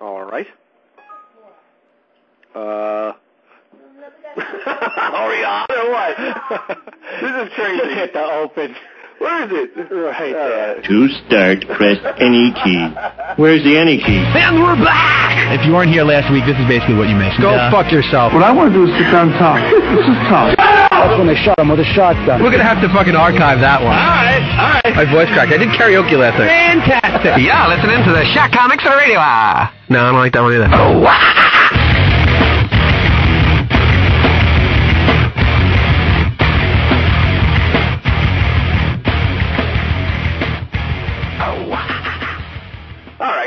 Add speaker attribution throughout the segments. Speaker 1: All right. Uh, hurry up or what? this is crazy.
Speaker 2: Hit the open.
Speaker 1: Where is it?
Speaker 2: Right
Speaker 1: All
Speaker 2: there.
Speaker 1: right.
Speaker 3: To start, press any key. Where's the any key?
Speaker 4: And we're back!
Speaker 5: If you weren't here last week, this is basically what you missed. Go fuck yourself.
Speaker 6: What I want to do is sit down and talk. This is tough. That's when they shot him with a shotgun.
Speaker 5: We're gonna have to fucking archive that one.
Speaker 4: Alright, alright.
Speaker 5: My voice cracked. I did karaoke last night.
Speaker 4: Fantastic. You're listening to the Shot Comics Radio Hour.
Speaker 5: No, I don't like that one either.
Speaker 1: All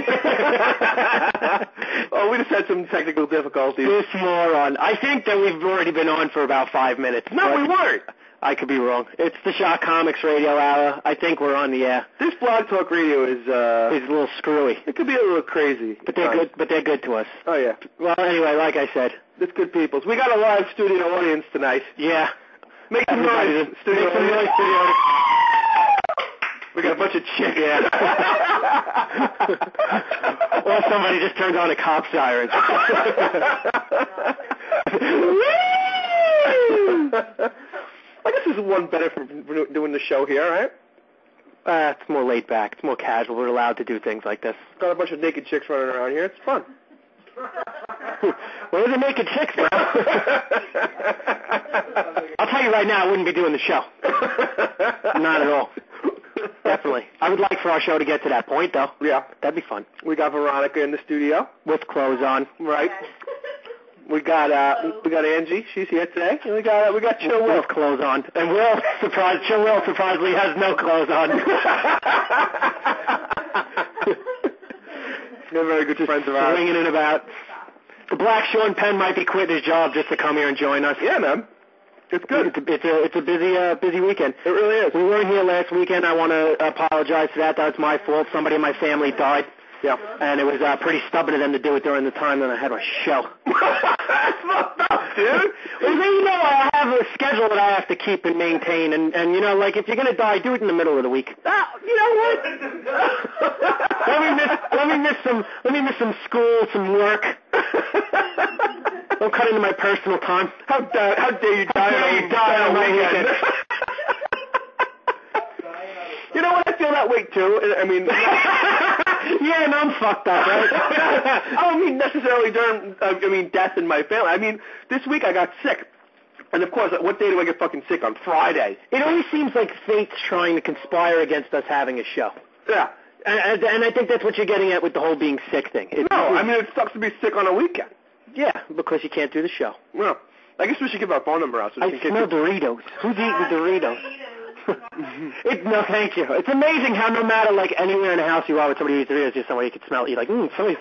Speaker 1: right. oh, we just had some technical difficulties.
Speaker 2: This moron. I think that we've already been on for about five minutes.
Speaker 1: No,
Speaker 2: but
Speaker 1: we weren't.
Speaker 2: I could be wrong. It's the Shot Comics Radio Hour. I think we're on the air.
Speaker 1: This blog talk radio is uh,
Speaker 2: It's a little screwy,
Speaker 1: it could be a little crazy,
Speaker 2: but they're
Speaker 1: Uh,
Speaker 2: good. But they're good to us.
Speaker 1: Oh yeah,
Speaker 2: Well, anyway, like I said,
Speaker 1: it's good peoples. We got a live studio audience tonight.
Speaker 2: yeah.
Speaker 1: Make some
Speaker 2: Everybody
Speaker 1: noise,
Speaker 2: just-
Speaker 1: studio
Speaker 2: make some
Speaker 1: audience.
Speaker 2: noise, studio audience.
Speaker 1: We got a bunch of chicks.
Speaker 2: or somebody just turned on a cop siren.
Speaker 1: I guess this is one better for for doing the show here, right?
Speaker 2: Uh, it's more laid back. It's more casual. We're allowed to do things like this.
Speaker 1: Got a bunch of naked chicks running around here. It's fun.
Speaker 2: Where are the naked chicks, bro? I'll tell you right now, I wouldn't be doing the show. Not at all. Definitely. I would like for our show to get to that point, though.
Speaker 1: Yeah,
Speaker 2: That'd be fun.
Speaker 1: we got Veronica in the studio,
Speaker 2: With clothes on.
Speaker 1: right? We got uh, we got Angie. She's here today. And we got uh, we got Chill Will.
Speaker 2: With clothes on. And Will, surprise, Chill Will surprisingly has no clothes on.
Speaker 1: They're very good friends of ours.
Speaker 2: Swinging it about. The black Sean Penn might be quitting his job just to come here and join us.
Speaker 1: Yeah, man. It's good.
Speaker 2: It's a, it's a, it's a busy, uh, busy weekend.
Speaker 1: It really is.
Speaker 2: We weren't here last weekend. I want to apologize for that. That was my fault. Somebody in my family died.
Speaker 1: Yeah.
Speaker 2: And it was uh, pretty stubborn of them to do it during the time that I had my show.
Speaker 1: That's fucked up, dude.
Speaker 2: Well, you know, I have a schedule that I have to keep and maintain. And, and you know, like, if you're going to die, do it in the middle of the week.
Speaker 1: Ah, You know what?
Speaker 2: Let me miss, let me miss some, let me miss some school, some work. Don't cut into my personal time.
Speaker 1: How dare, how dare you die
Speaker 2: dare
Speaker 1: on
Speaker 2: you
Speaker 1: a
Speaker 2: die on a
Speaker 1: weekend?
Speaker 2: weekend.
Speaker 1: you know what? I feel that way too. I- I mean,
Speaker 2: Yeah, and I'm fucked up, right?
Speaker 1: I don't mean necessarily during. uh, I I mean, death in my family. I mean, this week I got sick, and of course, what day do I get fucking sick on? Friday.
Speaker 2: It always seems like fate's trying to conspire against us having a show.
Speaker 1: Yeah.
Speaker 2: And, and- and I think that's what you're getting at with the whole being sick thing. It-
Speaker 1: No, I mean it sucks to be sick on a weekend.
Speaker 2: yeah, because you can't do the show.
Speaker 1: No. I guess we should give our phone number out so we
Speaker 2: I
Speaker 1: can get
Speaker 2: smell Doritos. Who's eating the Doritos? it, no, thank you. It's amazing how no matter like anywhere in the house you are with somebody who eats Doritos, there's somebody you can smell it. You're like, mmm, somebody,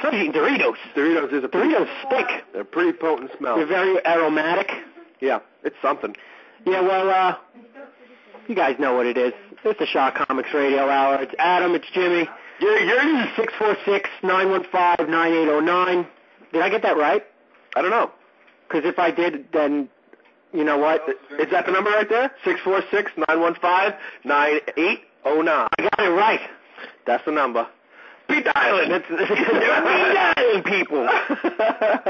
Speaker 2: somebody's eating Doritos.
Speaker 1: Doritos is a pretty,
Speaker 2: Doritos stink.
Speaker 1: They're a pretty potent smell.
Speaker 2: They're very aromatic.
Speaker 1: Yeah, it's something.
Speaker 2: Yeah, well, uh, you guys know what it is. It's the Shaw Comics Radio Hour. It's Adam. It's Jimmy.
Speaker 1: You're,
Speaker 2: Yours is 646-915-9809. Did I get that right?
Speaker 1: I don't know.
Speaker 2: Because if I did, then you know what?
Speaker 1: Is that the number right there? Six four six nine one five nine eight oh nine.
Speaker 2: I got it right.
Speaker 1: That's the number. Pete Island. It's,
Speaker 2: Pete Island,
Speaker 1: people.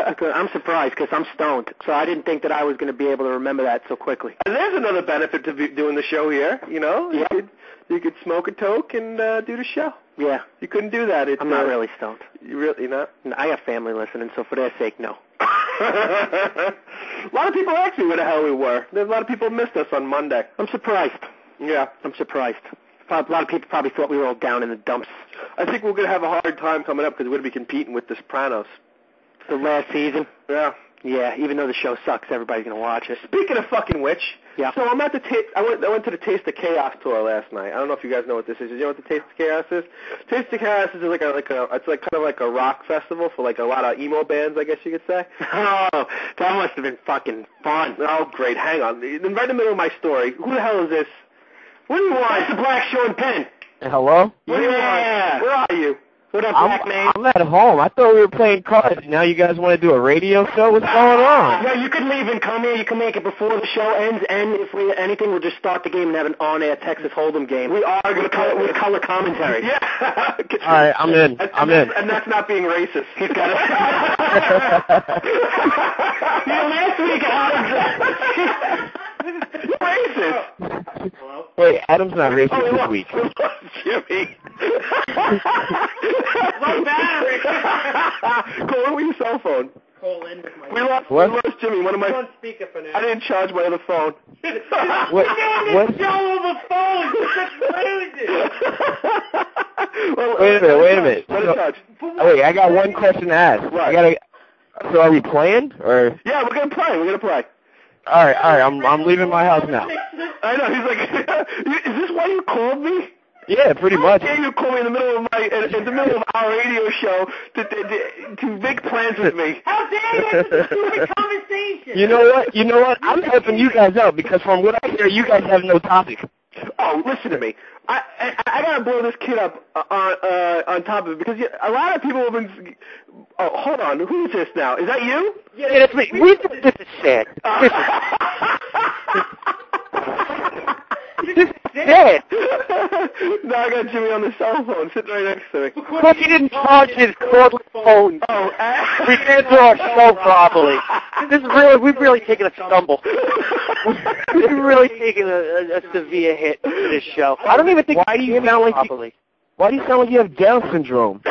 Speaker 2: Because I'm surprised because I'm stoned, so I didn't think that I was going to be able to remember that so quickly.
Speaker 1: and there's another benefit to be doing the show here. You know, you
Speaker 2: Yeah.
Speaker 1: could you could smoke a toke and uh, do the show.
Speaker 2: Yeah,
Speaker 1: You couldn't do that. It's
Speaker 2: I'm not
Speaker 1: uh,
Speaker 2: really stoned.
Speaker 1: You really you're not.
Speaker 2: And I got family listening, so for their sake, no.
Speaker 1: a lot of people asked me where the hell we were. There's a lot of people missed us on Monday.
Speaker 2: I'm surprised.
Speaker 1: Yeah.
Speaker 2: I'm surprised. A lot of people probably thought we were all down in the dumps.
Speaker 1: I think we're gonna have a hard time coming up because we're gonna be competing with The Sopranos.
Speaker 2: The last season.
Speaker 1: Yeah.
Speaker 2: Yeah, even though the show sucks, everybody's going to watch it.
Speaker 1: Speaking of fucking witch,
Speaker 2: Yeah.
Speaker 1: so I'm at the ta- I went I went to the Taste of Chaos tour last night. I don't know if you guys know what this is. You know what the Taste of Chaos is? Taste of Chaos is like a like a it's like kind of like a rock festival for like a lot of emo bands, I guess you could say.
Speaker 2: Oh, that must have been fucking fun.
Speaker 1: Oh great, hang on. In right in the middle of my story, who the hell is this? What do you want?
Speaker 2: That's the Black Sean Penn.
Speaker 6: Hello?
Speaker 1: What do you
Speaker 2: Yeah.
Speaker 1: want? Where are you?
Speaker 7: What up,
Speaker 8: I'm,
Speaker 7: Black Man?
Speaker 8: I'm at home. I thought we were playing cards. Now you guys want to do a radio show? What's going on?
Speaker 7: Yeah, you can leave and come here. You can make it before the show ends, and if we anything, we'll just start the game and have an on-air Texas Hold'em game. We are going to color, with color commentary.
Speaker 1: Yeah.
Speaker 8: All right, I'm in.
Speaker 1: And,
Speaker 8: I'm
Speaker 1: and
Speaker 8: in.
Speaker 1: that's, and that's not being racist. He's got it.
Speaker 7: last week, Adam-
Speaker 1: You're racist.
Speaker 8: Wait, Adam's not
Speaker 7: Oh,
Speaker 8: racist this
Speaker 1: look.
Speaker 8: week.
Speaker 1: Jimmy. My battery. Colin, where's your cell phone? Colin. We lost,
Speaker 8: What?
Speaker 1: we lost Jimmy. One of my. I didn't charge my other phone.
Speaker 8: What? What?
Speaker 1: well,
Speaker 8: Wait a minute. Wait a minute.
Speaker 1: Let
Speaker 8: So-
Speaker 1: it charge.
Speaker 8: Oh, wait, I got one question to ask. I
Speaker 1: Right.
Speaker 8: gotta. So are we playing or?
Speaker 1: Yeah, we're gonna play. We're gonna play.
Speaker 8: All right, all right. I'm I'm leaving my house now.
Speaker 1: I know. He's like, is this why you called me?
Speaker 8: Yeah, pretty
Speaker 1: How
Speaker 8: much.
Speaker 1: dare you call me in the middle of my in, in the middle of our radio show to to, to, to make plans with me?
Speaker 9: How dare you? This is a conversation.
Speaker 8: You know what? You know what? I'm helping you guys out because from what I hear, you guys have no topic.
Speaker 1: Oh, listen to me. I I, I gotta blow this kid up uh, on uh, on top of it because you, a lot of people have been. Oh, hold on. Who is this now? Is that you?
Speaker 8: Yeah, that's me. We do this is sad. This is sad.
Speaker 1: no, I got Jimmy on the cell phone sitting right next to me.
Speaker 8: Because he didn't charge his cordless phone.
Speaker 1: Oh, eh.
Speaker 8: We can't do our show properly. This is really, we've really taken a stumble. We've really taken a, a, a severe hit to this show. I don't even think why do you sound like properly. why do you sound like you have Down syndrome?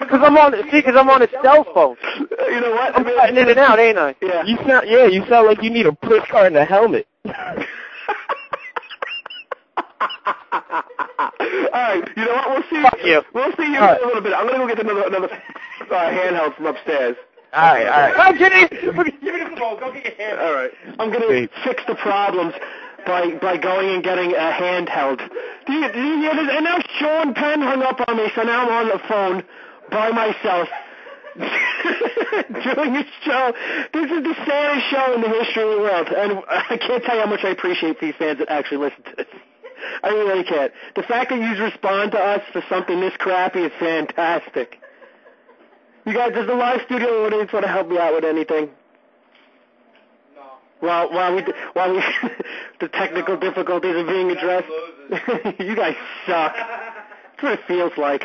Speaker 8: Because I'm on, see, because I'm on a cell phone.
Speaker 1: you know what?
Speaker 8: I'm cutting in and out, ain't I?
Speaker 1: Yeah.
Speaker 8: You sound, yeah, you sound like you need a push car and a helmet.
Speaker 1: All right, you know what? We'll see.
Speaker 8: Fuck you.
Speaker 1: We'll see you
Speaker 8: All right.
Speaker 1: in a little bit. I'm gonna go get another another uh, handheld from upstairs.
Speaker 8: All right, all right. I'm kidding.
Speaker 1: All right.
Speaker 7: I'm going to fix the problems by by going and getting a handheld. Do you, do you hear this? And now Sean Penn hung up on me, so now I'm on the phone by myself doing this show. This is the saddest show in the history of the world, and I can't tell you how much I appreciate these fans that actually listen to this. I really can't. The fact that you respond to us for something this crappy is fantastic. You guys, does the live studio audience want to help me out with anything? While while we while we the technical difficulties are being addressed, you guys suck. That's what it feels like.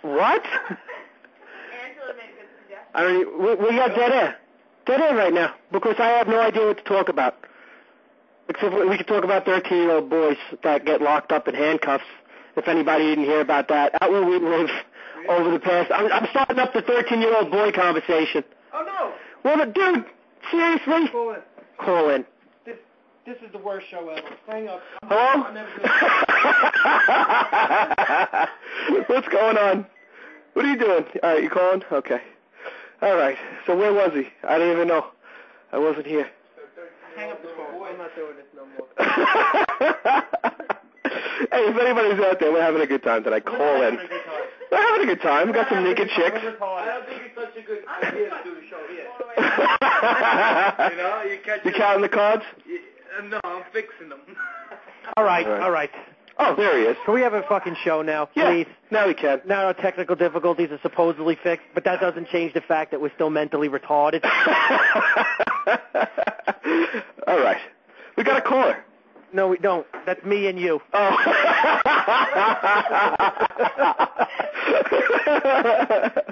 Speaker 7: What? I mean, we, we got dead air, dead air right now because I have no idea what to talk about. Except we we could talk about 13-year-old boys that get locked up in handcuffs. If anybody didn't hear about that, out where we live over the past, I'm, I'm starting up the 13-year-old boy conversation.
Speaker 9: Oh no.
Speaker 7: Well, but dude, seriously?
Speaker 9: Colin,
Speaker 7: Call in.
Speaker 9: this this is the worst show ever. Hang up.
Speaker 7: Hello?
Speaker 9: I'm never gonna-
Speaker 1: What's going on? What are you doing? All right, you calling? Okay. All right. So where was he? I didn't even know. I wasn't here.
Speaker 9: Hang up the phone. I'm not doing this no more.
Speaker 1: hey, if anybody's out there, we're having a good time tonight. Call in. We're having a good time. We got some naked chicks.
Speaker 9: I don't think it's such a good idea to do the show here.
Speaker 1: you
Speaker 9: know, you catch
Speaker 1: counting the cards?
Speaker 9: No, I'm fixing them.
Speaker 7: All right,
Speaker 1: All right.
Speaker 7: all right.
Speaker 1: Oh, there he is.
Speaker 7: Can we have a fucking show now,
Speaker 1: Yeah,
Speaker 7: please?
Speaker 1: now we can.
Speaker 7: Now our technical difficulties are supposedly fixed, but that doesn't change the fact that we're still mentally retarded.
Speaker 1: All right. We got a caller.
Speaker 7: no, we don't. That's me and you.
Speaker 1: Oh.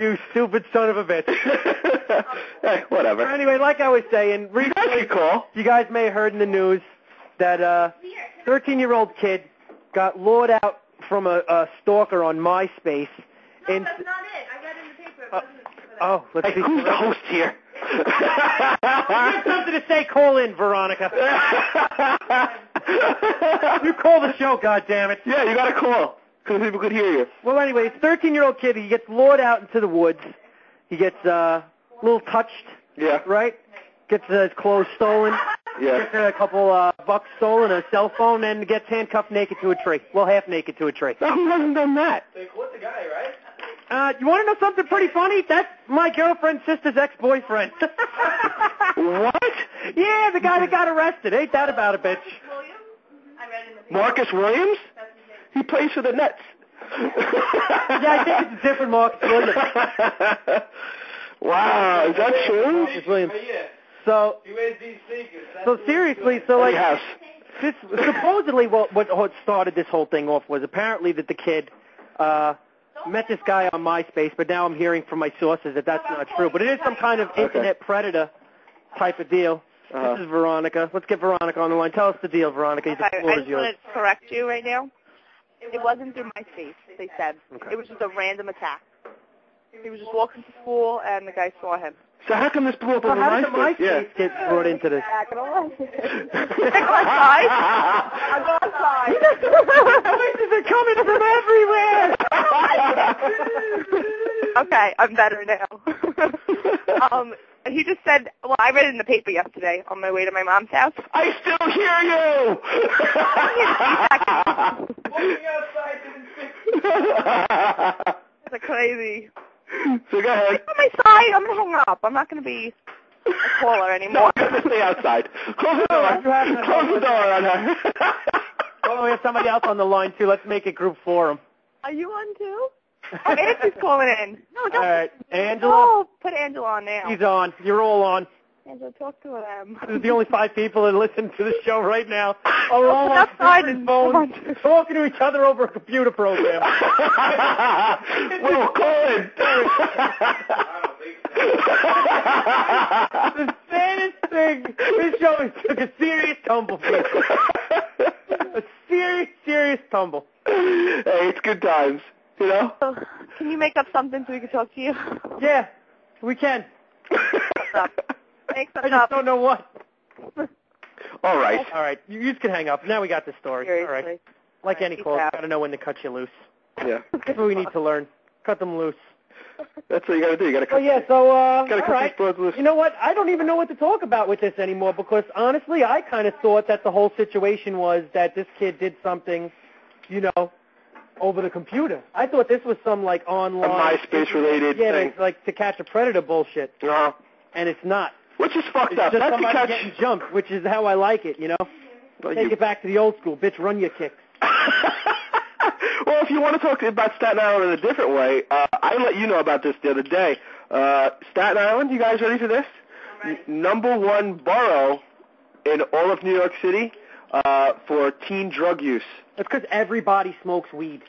Speaker 7: You stupid son of a bitch.
Speaker 1: hey, whatever.
Speaker 7: Anyway, like I was saying, re-
Speaker 1: I should call.
Speaker 7: you guys may have heard in the news that uh 13-year-old kid got lured out from a, a stalker on MySpace.
Speaker 9: No,
Speaker 7: in-
Speaker 9: that's not it. I got it in the paper. It
Speaker 7: Uh,
Speaker 9: wasn't for that.
Speaker 7: oh, let's
Speaker 1: Hey,
Speaker 7: see.
Speaker 1: who's the host here?
Speaker 7: You have something to say. Call in, Veronica. You call the show, goddammit.
Speaker 1: yeah, you got a call. Because people could hear you.
Speaker 7: Well, anyway, it's 13-year-old kid. He gets lured out into the woods. He gets uh, a little touched,
Speaker 1: Yeah,
Speaker 7: right? Gets uh, his clothes stolen. Gets
Speaker 1: yeah.
Speaker 7: uh, a couple uh, bucks stolen, a cell phone, and gets handcuffed naked to a tree. Well, half naked to a tree.
Speaker 1: Now, who hasn't done that?
Speaker 7: Uh, you want to know something pretty funny? That's my girlfriend's sister's ex-boyfriend.
Speaker 1: What?
Speaker 7: yeah, the guy that got arrested. Ain't that about a bitch?
Speaker 8: uh,
Speaker 9: William? I read it in the paper.
Speaker 1: Marcus Williams? He plays for the Nets.
Speaker 7: Yeah, I think it's a different Marcus Williams.
Speaker 1: wow, is that true?
Speaker 7: Marcus Williams.
Speaker 9: Yeah.
Speaker 7: So,
Speaker 9: He wears these sneakers. That's
Speaker 7: so
Speaker 9: what he's
Speaker 7: seriously,
Speaker 9: doing.
Speaker 7: so like
Speaker 1: Yes.
Speaker 7: this supposedly what what what started this whole thing off was apparently that the kid uh met this guy on MySpace, but now I'm hearing from my sources that that's not true. But it is some kind of internet predator type of deal.
Speaker 1: Uh-huh.
Speaker 7: This is Veronica. Let's get Veronica on the line. Tell us the deal, Veronica. The
Speaker 10: Sorry,
Speaker 7: floor
Speaker 10: I
Speaker 7: is
Speaker 10: just
Speaker 7: yours.
Speaker 10: want to correct you right now. It wasn't through my face, they said. It was just a random attack. He was just walking to school, and the guy saw him.
Speaker 1: So how come this blew up
Speaker 7: So
Speaker 1: on
Speaker 7: how did the
Speaker 1: MySpace? Yeah.
Speaker 7: MySpace get brought into this?
Speaker 10: I can all- I'm outside.
Speaker 7: Voices are coming from everywhere.
Speaker 10: okay, I'm better now. um, he just said, well, I read it in the paper yesterday on my way to my mom's house.
Speaker 1: I still hear
Speaker 9: Walking outside didn't fix it.
Speaker 1: you.
Speaker 10: It's crazy.
Speaker 1: so go ahead.
Speaker 10: I'm outside. I'm going to hang up. I'm not going to be a caller
Speaker 1: No,
Speaker 10: anymore.
Speaker 1: I'm gonna stay outside. Close the door. Close the door on her.
Speaker 7: Oh, we have somebody else on the line too. Let's make it group forum.
Speaker 10: Are you on too? Oh, Angie's calling in. No,
Speaker 7: All
Speaker 10: don't.
Speaker 7: right, Angela,
Speaker 10: Oh, put Angela on now.
Speaker 7: she's on. You're all on.
Speaker 10: Angela, talk to them.
Speaker 7: This is the only five people that listen to the show right now. Are all on
Speaker 10: outside
Speaker 7: different
Speaker 10: and
Speaker 7: phones,
Speaker 10: come on.
Speaker 7: talking to each other over a computer program.
Speaker 1: Will, call in.
Speaker 7: the saddest thing. This show has took a serious tumble. people. A serious, serious tumble.
Speaker 1: hey, it's good times. You know?
Speaker 10: So, Oh, Can you make up something so we can talk to you?
Speaker 7: Yeah, we can.
Speaker 10: Make
Speaker 7: I
Speaker 10: something
Speaker 7: just
Speaker 10: up.
Speaker 7: don't know what.
Speaker 1: All right.
Speaker 7: All right, you, you can hang up. Now we got the story.
Speaker 10: Seriously.
Speaker 7: All right, like any
Speaker 10: Peace
Speaker 7: call, you
Speaker 10: out.
Speaker 7: gotta know when to cut you loose.
Speaker 1: Yeah.
Speaker 7: That's what we need to learn. Cut them loose.
Speaker 1: That's what you gotta do. You gotta
Speaker 7: Oh
Speaker 1: cut,
Speaker 7: yeah, so uh,
Speaker 1: gotta
Speaker 7: all
Speaker 1: cut
Speaker 7: right.
Speaker 1: these broads loose.
Speaker 7: You know what? I don't even know what to talk about with this anymore because honestly, I kind of thought that the whole situation was that this kid did something, you know, over the computer. I thought this was some like
Speaker 1: A
Speaker 7: online
Speaker 1: MySpace related
Speaker 7: yeah,
Speaker 1: thing.
Speaker 7: it's like to catch a predator bullshit,
Speaker 1: Uh-huh.
Speaker 7: and it's not.
Speaker 1: Which is fucked
Speaker 7: It's
Speaker 1: up.
Speaker 7: just
Speaker 1: That's a
Speaker 7: somebody
Speaker 1: catch.
Speaker 7: getting jumped, which is how I like it. You know,
Speaker 1: Well,
Speaker 7: take
Speaker 1: you-
Speaker 7: it back to the old school, bitch. Run your kicks.
Speaker 1: well, if you want to talk about Staten Island in a different way, uh, I let you know about this the other day. Uh, Staten Island, you guys ready for this? N- number one borough in all of New York City uh, for teen drug use.
Speaker 7: That's because everybody smokes weed.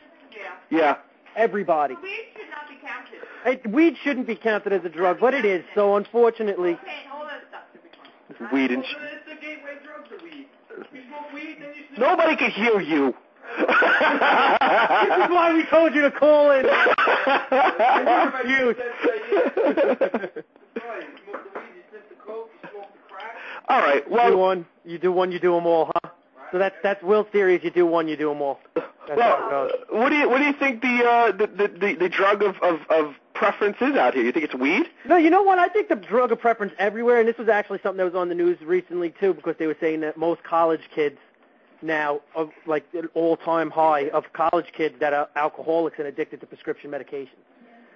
Speaker 1: Yeah.
Speaker 7: Everybody.
Speaker 9: We should not be counted.
Speaker 7: It, weed shouldn't be counted as a drug, but it is. So unfortunately,
Speaker 9: Okay, all that stuff should be counted.
Speaker 1: Weed and sh-
Speaker 9: Well, it's the gateway drug to weed. You smoke weed, then you smoke.
Speaker 1: Nobody could hear you.
Speaker 7: this is why we told you to call in.
Speaker 9: Boy, you smoke the weed, you sniff the coke, you smoke the crack.
Speaker 1: all right.
Speaker 7: do
Speaker 1: Well,
Speaker 7: one, you do one, you do them all, huh? So that's that's Will's theory. Is you do one, you do them all. That's how it
Speaker 1: well,
Speaker 7: goes.
Speaker 1: what do you what do you think the uh, the, the the the drug of of of preference is out here? You think it's weed?
Speaker 7: No, you know what? I think the drug of preference everywhere, and this was actually something that was on the news recently too, because they were saying that most college kids now, of like an all-time high of college kids that are alcoholics and addicted to prescription medication.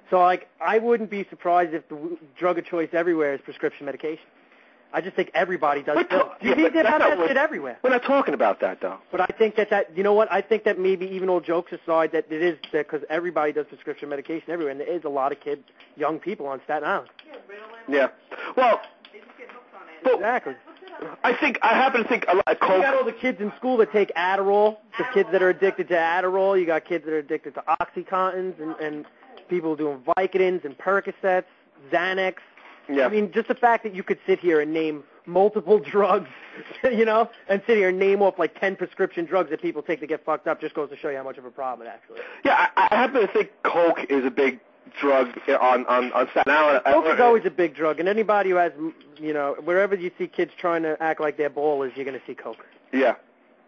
Speaker 7: So like, I wouldn't be surprised if the w- drug of choice everywhere is prescription medication. I just think everybody does.
Speaker 1: But-
Speaker 7: pills.
Speaker 1: yeah,
Speaker 7: you
Speaker 1: but
Speaker 7: think
Speaker 1: that's
Speaker 7: about
Speaker 1: not
Speaker 7: that
Speaker 1: what-
Speaker 7: shit everywhere.
Speaker 1: We're not talking about that though.
Speaker 7: But I think that that you know what I think that maybe even all jokes aside that it is because everybody does prescription medication everywhere, and there is a lot of kids, young people on Staten Island.
Speaker 1: Yeah. Well,
Speaker 7: Exactly.
Speaker 1: I think I happen to think a lot of
Speaker 7: You
Speaker 1: coke.
Speaker 7: got all the kids in school that take Adderall, the kids that are addicted to Adderall. You got kids that are addicted to OxyContins and, and people doing Vicodins and Percocets, Xanax.
Speaker 1: Yeah.
Speaker 7: I mean, just the fact that you could sit here and name multiple drugs, you know, and sit here and name off like 10 prescription drugs that people take to get fucked up just goes to show you how much of a problem it actually is.
Speaker 1: yeah. I, I happen to think coke is a big drug on on on Staten Island.
Speaker 7: Coke is always a big drug, and anybody who has, you know, wherever you see kids trying to act like they're ballers, you're going to see Coke.
Speaker 1: Yeah.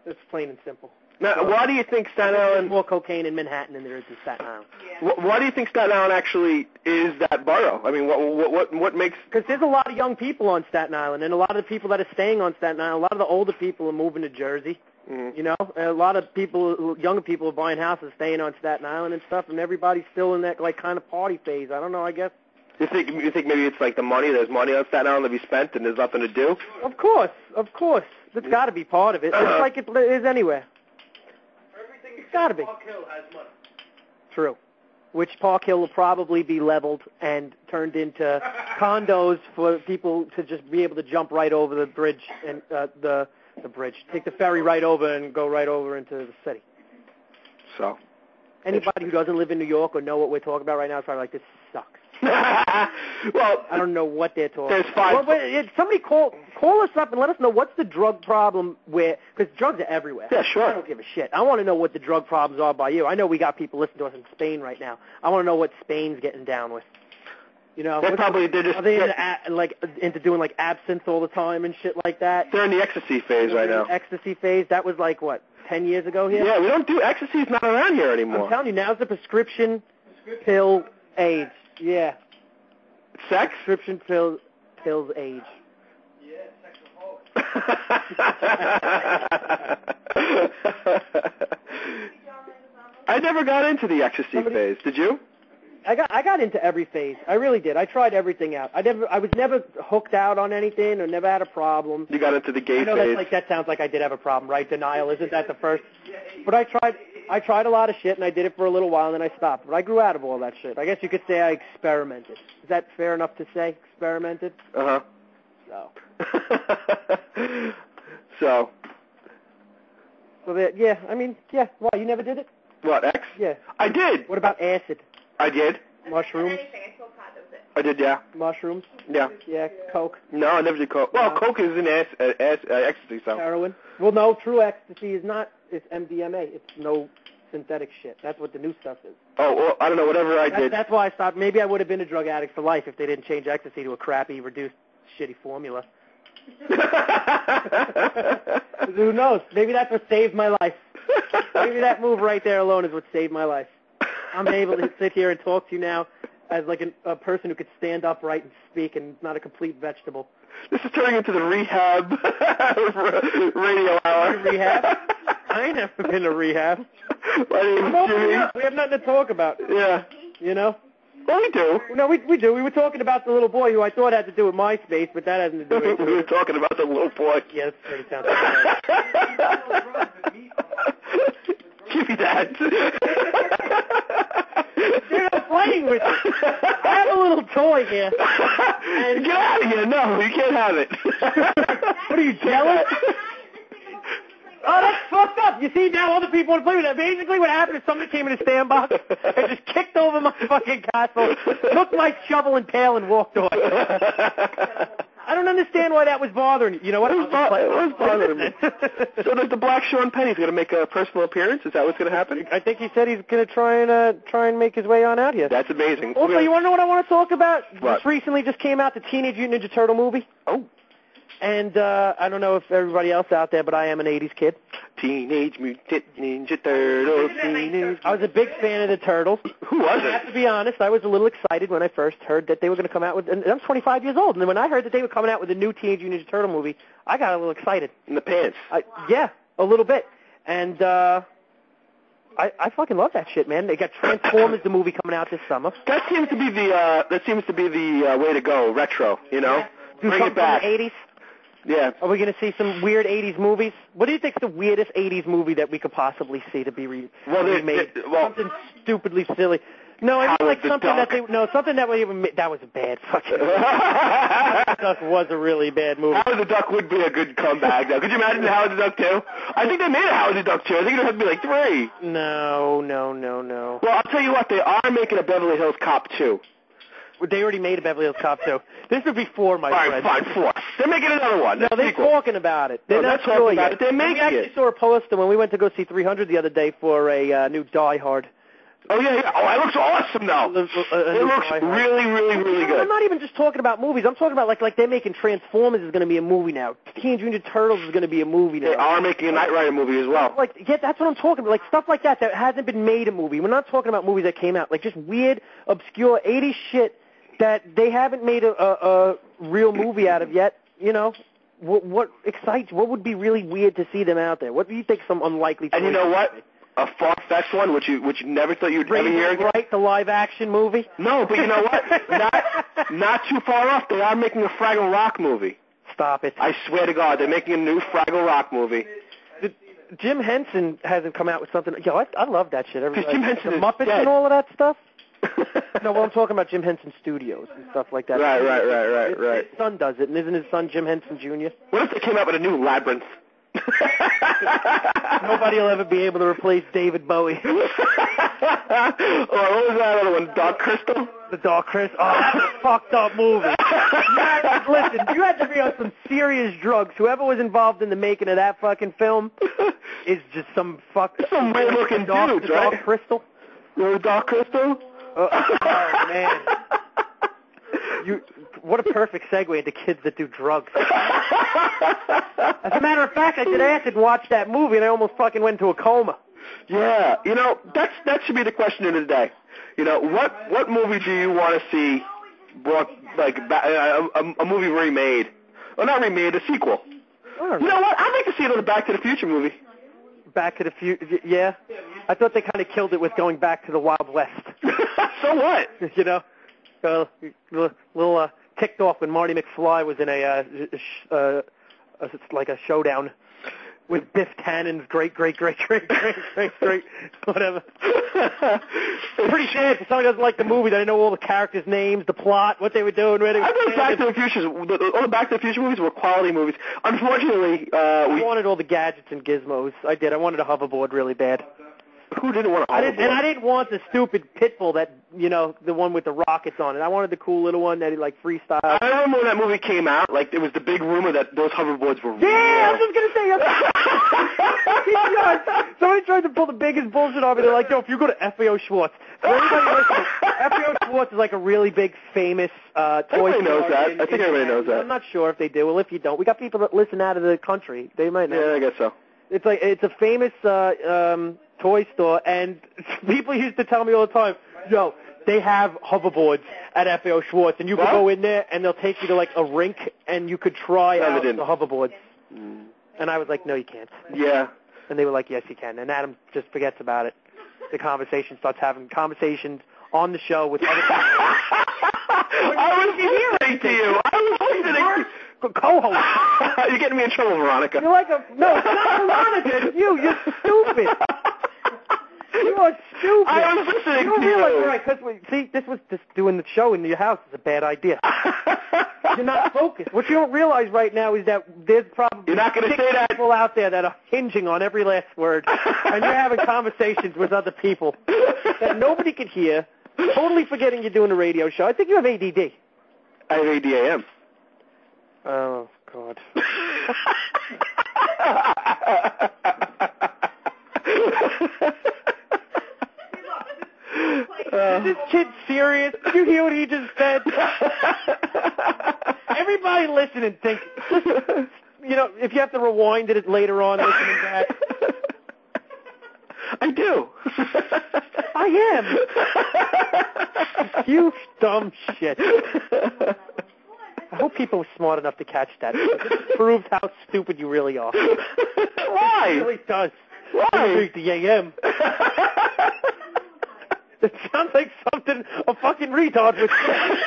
Speaker 7: It's plain and simple.
Speaker 1: Now, why do you think Staten
Speaker 7: There's
Speaker 1: Island?
Speaker 7: more cocaine in Manhattan than there is in Staten Island.
Speaker 1: wh- Why do you think Staten Island actually is that borough? I mean, what what what what makes?
Speaker 7: Because there's a lot of young people on Staten Island, and a lot of the people that are staying on Staten Island, a lot of the older people are moving to Jersey.
Speaker 1: mm,
Speaker 7: You know, and a lot of people, younger people, are buying houses, staying on Staten Island and stuff, and everybody's still in that like kind of party phase. I don't know. I guess.
Speaker 1: You think you think maybe it's like the money? There's money on Staten Island to be spent, and there's nothing to do.
Speaker 7: Of course, of course, that's got to be part of it. It's like it is anywhere.
Speaker 9: Uh-huh. Everything is
Speaker 7: It's got to be.
Speaker 9: Park Hill has money.
Speaker 7: True. Which Park Hill will probably be leveled and turned into condos for people to just be able to jump right over the bridge and uh, the the bridge, take the ferry right over and go right over into the city.
Speaker 1: So.
Speaker 7: Anybody who doesn't live in New York or know what we're talking about right now is probably like, this sucks.
Speaker 1: well,
Speaker 7: I don't know what they're talking.
Speaker 1: There's five-
Speaker 7: Well, but it, somebody call call us up and let us know what's the drug problem where because drugs are everywhere.
Speaker 1: Yeah, sure.
Speaker 7: I don't give a shit. I want to know what the drug problems are by you. I know we got people listening to us in Spain right now. I want to know what Spain's getting down with. You know,
Speaker 1: They're
Speaker 7: what-
Speaker 1: probably they're just
Speaker 7: are they
Speaker 1: they're,
Speaker 7: into, a- like into doing like absinthe all the time and shit like that?
Speaker 1: they're in the ecstasy phase right now.
Speaker 7: Ecstasy phase. That was like what ten years ago here.
Speaker 1: Yeah, we don't do ecstasy's not around here
Speaker 7: I'm
Speaker 1: anymore.
Speaker 7: telling you, now's the prescription pill age. Yeah,
Speaker 1: Sex?
Speaker 7: prescription pill pills age.
Speaker 1: I never got into the ecstasy
Speaker 7: Somebody-
Speaker 1: phase. Did you?
Speaker 7: I got I got into every phase. I really did. I tried everything out. I never I was never hooked out on anything or never had a problem.
Speaker 1: You got into the gay
Speaker 7: I know
Speaker 1: phase.
Speaker 7: that's like that sounds like I did have a problem, right? Denial isn't that the first? But I tried I tried a lot of shit and I did it for a little while and then I stopped. But I grew out of all that shit. I guess you could say I experimented. Is that fair enough to say experimented?
Speaker 1: Uh
Speaker 7: So
Speaker 1: huh. so
Speaker 7: so that, yeah, I mean yeah. Why you never did it?
Speaker 1: what? X?
Speaker 7: Yeah.
Speaker 1: I did.
Speaker 7: What about acid?
Speaker 1: I did.
Speaker 7: Mushrooms?
Speaker 1: I did. Yeah.
Speaker 7: Mushrooms?
Speaker 1: Yeah.
Speaker 7: Yeah. Coke?
Speaker 1: No, I never did coke. Well,
Speaker 7: No.
Speaker 1: coke is an ass, uh, ass, uh, ecstasy, so.
Speaker 7: Heroin. Well, no, true ecstasy is not. It's MDMA. It's no synthetic shit. That's what the new stuff is.
Speaker 1: Oh, well, I don't know. Whatever I
Speaker 7: That's,
Speaker 1: did.
Speaker 7: that's why I stopped. Maybe I would have been a drug addict for life if they didn't change ecstasy to a crappy, reduced, shitty formula. Who knows? Maybe that's what saved my life. Maybe that move right there alone is what saved my life. I'm able to sit here and talk to you now as like an, a person who could stand upright and speak and not a complete vegetable.
Speaker 1: This is turning into the rehab radio hour.
Speaker 7: Rehab? I ain't never been to rehab.
Speaker 1: My
Speaker 7: I'm
Speaker 1: name's
Speaker 7: opening
Speaker 1: Jimmy.
Speaker 7: up. We have nothing to talk about,
Speaker 1: Yeah.
Speaker 7: you know?
Speaker 1: Well, we do.
Speaker 7: No, we we do. We were talking about the little boy who I thought had to do with MySpace, but that hasn't to do with
Speaker 1: we were talking about the little boy.
Speaker 7: yeah, that's pretty sounds
Speaker 1: Give me that.
Speaker 7: You're not playing with it. I have a little toy here.
Speaker 1: Get out of here. No, you can't have it.
Speaker 7: What are you jealous? Oh, that's fucked up. You see, now all the people want to play with that. Basically, what happened is somebody came in a sandbox and just kicked over my fucking castle, took my shovel and pail, and walked away. I don't understand why that was bothering you. You know what?
Speaker 1: It was bo- it was bothering me.
Speaker 7: me.
Speaker 1: so does the black Sean Penny's going to make a personal appearance? Is that what's going to happen?
Speaker 7: I think he said he's gonna try and uh, try and make his way on out here.
Speaker 1: That's amazing.
Speaker 7: Also, you want to know what I want to talk about?
Speaker 1: What?
Speaker 7: Just recently just came out the Teenage Mutant Ninja Turtle movie.
Speaker 1: Oh.
Speaker 7: And uh, I don't know if everybody else out there, but I am an 80s kid.
Speaker 1: Teenage Mutant Ninja Turtles. Teenage...
Speaker 7: I was a big fan of the Turtles.
Speaker 1: Who was
Speaker 7: I have to
Speaker 1: it?
Speaker 7: be honest, I was a little excited when I first heard that they were going to come out with, and I'm 25 years old, and when I heard that they were coming out with a new Teenage Mutant Ninja Turtle movie, I got a little excited.
Speaker 1: In the pants.
Speaker 7: I, Yeah, a little bit. And uh, I, I fucking love that shit, man. They got Transformers, the movie coming out this summer.
Speaker 1: That seems to be the uh, that seems to be the uh, way to go. Retro, you know.
Speaker 7: Do
Speaker 1: Bring
Speaker 7: something
Speaker 1: it back.
Speaker 7: from the 80s.
Speaker 1: Yeah.
Speaker 7: Are we going to see some weird 80s movies? What do you think's the weirdest 80s movie that we could possibly see to be re-
Speaker 1: Well, they-
Speaker 7: remade?
Speaker 1: they- well-
Speaker 7: something stupidly silly. No, I mean
Speaker 1: Howard
Speaker 7: like
Speaker 1: the
Speaker 7: something
Speaker 1: Duck.
Speaker 7: that they no something that would even ma- that was a bad fucking. Duck was a really bad movie.
Speaker 1: Howard the Duck would be a good comeback. Though. Could you imagine Howard the Duck too? I think they made a Howard the Duck too. I think it would have to be like three.
Speaker 7: No, no, no, no.
Speaker 1: Well, I'll tell you what, they are making a Beverly Hills Cop two.
Speaker 7: They already made a Beverly Hills Cop too. This would be four, my
Speaker 1: All right,
Speaker 7: friend.
Speaker 1: fine, four. They're making another one.
Speaker 7: No,
Speaker 1: a
Speaker 7: they're
Speaker 1: sequel.
Speaker 7: talking about it. They're
Speaker 1: No,
Speaker 7: not
Speaker 1: they're talking
Speaker 7: sure
Speaker 1: about
Speaker 7: yet.
Speaker 1: it. They're
Speaker 7: we
Speaker 1: making
Speaker 7: actually
Speaker 1: it.
Speaker 7: saw a poster when we went to go see 300 the other day for a uh, new Die Hard.
Speaker 1: Oh yeah, yeah. Oh, it looks awesome though.
Speaker 7: The- the- uh,
Speaker 1: it
Speaker 7: new
Speaker 1: looks
Speaker 7: Die Hard.
Speaker 1: really, really, really
Speaker 7: No, I'm
Speaker 1: good.
Speaker 7: not even just talking about movies. I'm talking about like like they're making Transformers is going to be a movie now. Teenage Mutant Ninja Turtles is going to be a movie
Speaker 1: They
Speaker 7: now.
Speaker 1: are making a Knight Rider movie as well.
Speaker 7: Like yeah, that's what I'm talking about. Like stuff like that that hasn't been made a movie. We're not talking about movies that came out. Like just weird, obscure '80s shit that they haven't made a, a, a real movie out of yet. You know. What, what excites? What would be really weird to see them out there? What do you think? Some unlikely.
Speaker 1: And you
Speaker 7: choice
Speaker 1: know
Speaker 7: would
Speaker 1: what?
Speaker 7: be?
Speaker 1: A far-fetched one, which you which you never thought you'd ever
Speaker 7: Raising
Speaker 1: hear again.
Speaker 7: right, the live action movie.
Speaker 1: No, but you know what? Not not too far off. They are making a Fraggle Rock movie.
Speaker 7: Stop it.
Speaker 1: I swear to God, they're making a new Fraggle Rock movie.
Speaker 7: Jim Henson hasn't come out with something. Yo, I, I love that shit. Every,
Speaker 11: Because Jim Henson
Speaker 7: the
Speaker 11: is
Speaker 7: Muppets
Speaker 11: dead.
Speaker 7: and all of that stuff. no, well, I'm talking about Jim Henson Studios and stuff like that.
Speaker 1: Right, right, right, right,
Speaker 7: His-
Speaker 1: right.
Speaker 7: His son does it, and isn't his son Jim Henson Jr.?
Speaker 1: What if they came out with a new labyrinth?
Speaker 7: Nobody will ever be able to replace David Bowie.
Speaker 1: oh, what was that other one? Dark Crystal?
Speaker 7: The Dark Crystal. Oh, that's a fucked up movie. You had to- listen, you had to be on some serious drugs. Whoever was involved in the making of that fucking film is just some fucked
Speaker 1: Some weird-looking
Speaker 7: Dark,
Speaker 1: dudes,
Speaker 7: the Dark
Speaker 1: right?
Speaker 7: Crystal.
Speaker 1: You know Dark Crystal?
Speaker 7: Oh, oh man. You, what a perfect segue into kids that do drugs. As a matter of fact, I did acid and watched that movie, and I almost fucking went into a coma.
Speaker 1: Yeah, you know that's that should be the question of the day. You know what what movie do you want to see brought like ba- uh, a, a, a movie remade? Well, not remade, a sequel. You know what? I'd like to see another Back to the Future movie.
Speaker 7: Back to the Future, yeah. I thought they kind of killed it with going back to the Wild West.
Speaker 1: so what?
Speaker 7: you know, uh, li- little uh, ticked off when Marty McFly was in a, uh, sh- uh, a like a showdown with Biff Tannen's great, great, great, great, great, great, great, whatever. Pretty sad. If someone doesn't like the movie, they know all the characters' names, the plot, what they were doing, where they were.
Speaker 1: I think Back
Speaker 7: standing.
Speaker 1: to the Future's the- the- all the Back to the Future movies were quality movies. Unfortunately, uh,
Speaker 7: I
Speaker 1: we
Speaker 7: wanted all the gadgets and gizmos. I did. I wanted a hoverboard really bad.
Speaker 1: who didn't want to.
Speaker 7: I didn't, and I didn't want the stupid pitbull that you know, the one with the rockets on it. I wanted the cool little one that he like freestyle.
Speaker 1: I remember when that movie came out. Like there was the big rumor that those hoverboards were.
Speaker 7: Yeah, I was
Speaker 1: real.
Speaker 7: just gonna say. That's, somebody tried to pull the biggest bullshit on me. They're like, "Yo, if you go to FAO Schwartz, for everybody listening, FAO Schwartz is like a really big, famous uh, toy
Speaker 1: Everybody
Speaker 7: store
Speaker 1: knows that.
Speaker 7: in-
Speaker 1: I think
Speaker 7: in
Speaker 1: everybody
Speaker 7: Manhattan.
Speaker 1: knows that.
Speaker 7: I'm not sure if they do. Well, if you don't, we got people that listen out of the country. They might know.
Speaker 1: yeah, I guess so.
Speaker 7: It's like it's a famous uh, um, toy store, and people used to tell me all the time, "Yo." They have hoverboards at FAO Schwartz, and you could
Speaker 1: What?
Speaker 7: go in there, and they'll take you to like a rink, and you could try
Speaker 1: No, they
Speaker 7: out the
Speaker 1: didn't.
Speaker 7: hoverboards. And I was like, no, you can't.
Speaker 1: Yeah.
Speaker 7: And they were like, yes, you can. And Adam just forgets about it. The conversation starts having conversations on the show with other
Speaker 1: I was listening to you. I was listening.
Speaker 7: co-hosts.
Speaker 1: You're getting me in trouble, Veronica.
Speaker 7: You're like a no, it's not Veronica. It's you. You're stupid. You are stupid.
Speaker 1: I was listening
Speaker 7: you don't
Speaker 1: to
Speaker 7: realize,
Speaker 1: you.
Speaker 7: right? Because see, this was just doing the show in your house is a bad idea. You're not focused. What you don't realize right now is that there's probably
Speaker 1: You're not gonna
Speaker 7: six
Speaker 1: say that.
Speaker 7: people out there that are hinging on every last word, and you're having conversations with other people that nobody could hear. Totally forgetting you're doing a radio show. I think you have ADD.
Speaker 1: I have ADAM.
Speaker 7: Oh God. Is this kid serious? Did you hear what he just said? Everybody listening thinks, you know, if you have to rewind it later on, listening back.
Speaker 1: I do.
Speaker 7: I am. You dumb shit. I hope people were smart enough to catch that. It proves how stupid you really are. It
Speaker 1: Why?
Speaker 7: really does.
Speaker 1: Why?
Speaker 7: Speak the AM. It sounds like something a fucking retard would say.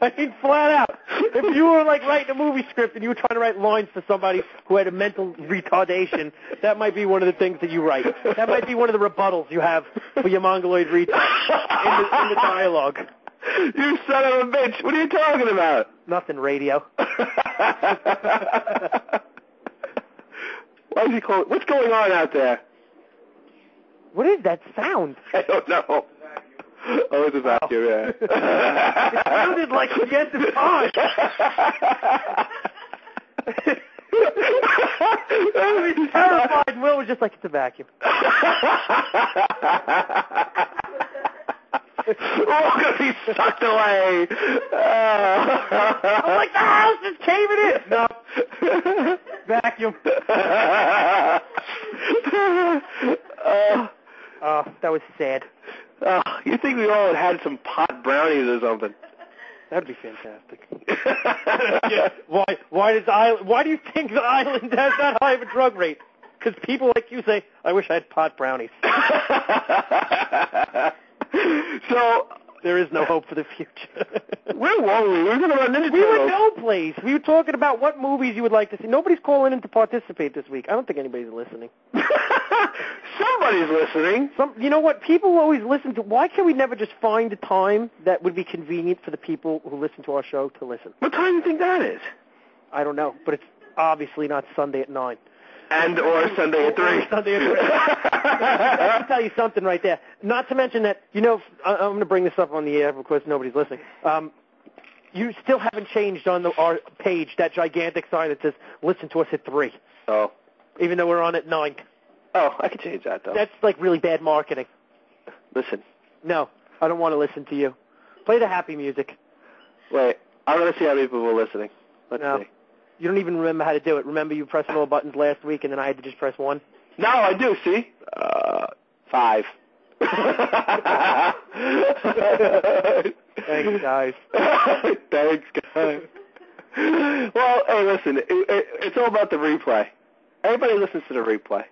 Speaker 7: I mean, flat out. If you were like writing a movie script and you were trying to write lines for somebody who had a mental retardation, that might be one of the things that you write. That might be one of the rebuttals you have for your mongoloid retard in the, in the dialogue.
Speaker 1: you son of a bitch. What are you talking about?
Speaker 7: Nothing radio.
Speaker 1: Why is he call What's going on out there?
Speaker 7: What is that sound?
Speaker 1: I don't know. Oh, it's a vacuum, yeah.
Speaker 7: It sounded like the end
Speaker 1: Oh,
Speaker 7: of time. I was terrified. Will was just like, it's a vacuum.
Speaker 1: We're all gonna be sucked Oh, away.
Speaker 7: I'm like, the house is caving in. No, vacuum.
Speaker 1: oh,
Speaker 7: Oh, that was sad.
Speaker 1: oh, you think we all had had some pot brownies or something?
Speaker 7: That'd be fantastic. Why? Why does island? Why do you think the island has that high of a drug rate? Because people like you say, I wish I had pot brownies.
Speaker 1: so
Speaker 7: There is no hope for the future.
Speaker 1: Where were we? We were going to run Ninja
Speaker 7: We were
Speaker 1: Turtles.
Speaker 7: no place. We were talking about what movies you would like to see. Nobody's calling in to participate this week. I don't think anybody's listening.
Speaker 1: Somebody's listening.
Speaker 7: Some, you know what? People always listen to. Why can't we never just find a time that would be convenient for the people who listen to our show to listen?
Speaker 1: What time do you think that is?
Speaker 7: I don't know, but it's obviously not Sunday at nine.
Speaker 1: And or Sunday at three.
Speaker 7: Sunday at three. I'll tell you something right there. Not to mention that you know I, I'm going to bring this up on the air because nobody's listening. Um, you still haven't changed on the, our page that gigantic sign that says "Listen to us at 3,
Speaker 1: Oh.
Speaker 7: even though we're on at nine.
Speaker 1: Oh, I could change that though.
Speaker 7: That's like really bad marketing.
Speaker 1: Listen.
Speaker 7: No, I don't want to listen to you. Play the happy music.
Speaker 1: Wait. I'm going to see how many people are listening. Let's
Speaker 7: No.
Speaker 1: see.
Speaker 7: You don't even remember how to do it. Remember you pressed all the buttons last week and then I had to just press one?
Speaker 1: No, I do, see? Uh, five.
Speaker 7: Thanks,
Speaker 1: Thanks,
Speaker 7: guys.
Speaker 1: Thanks, guys. Well, hey, listen, it, it, it's all about the replay. Everybody listens to the replay.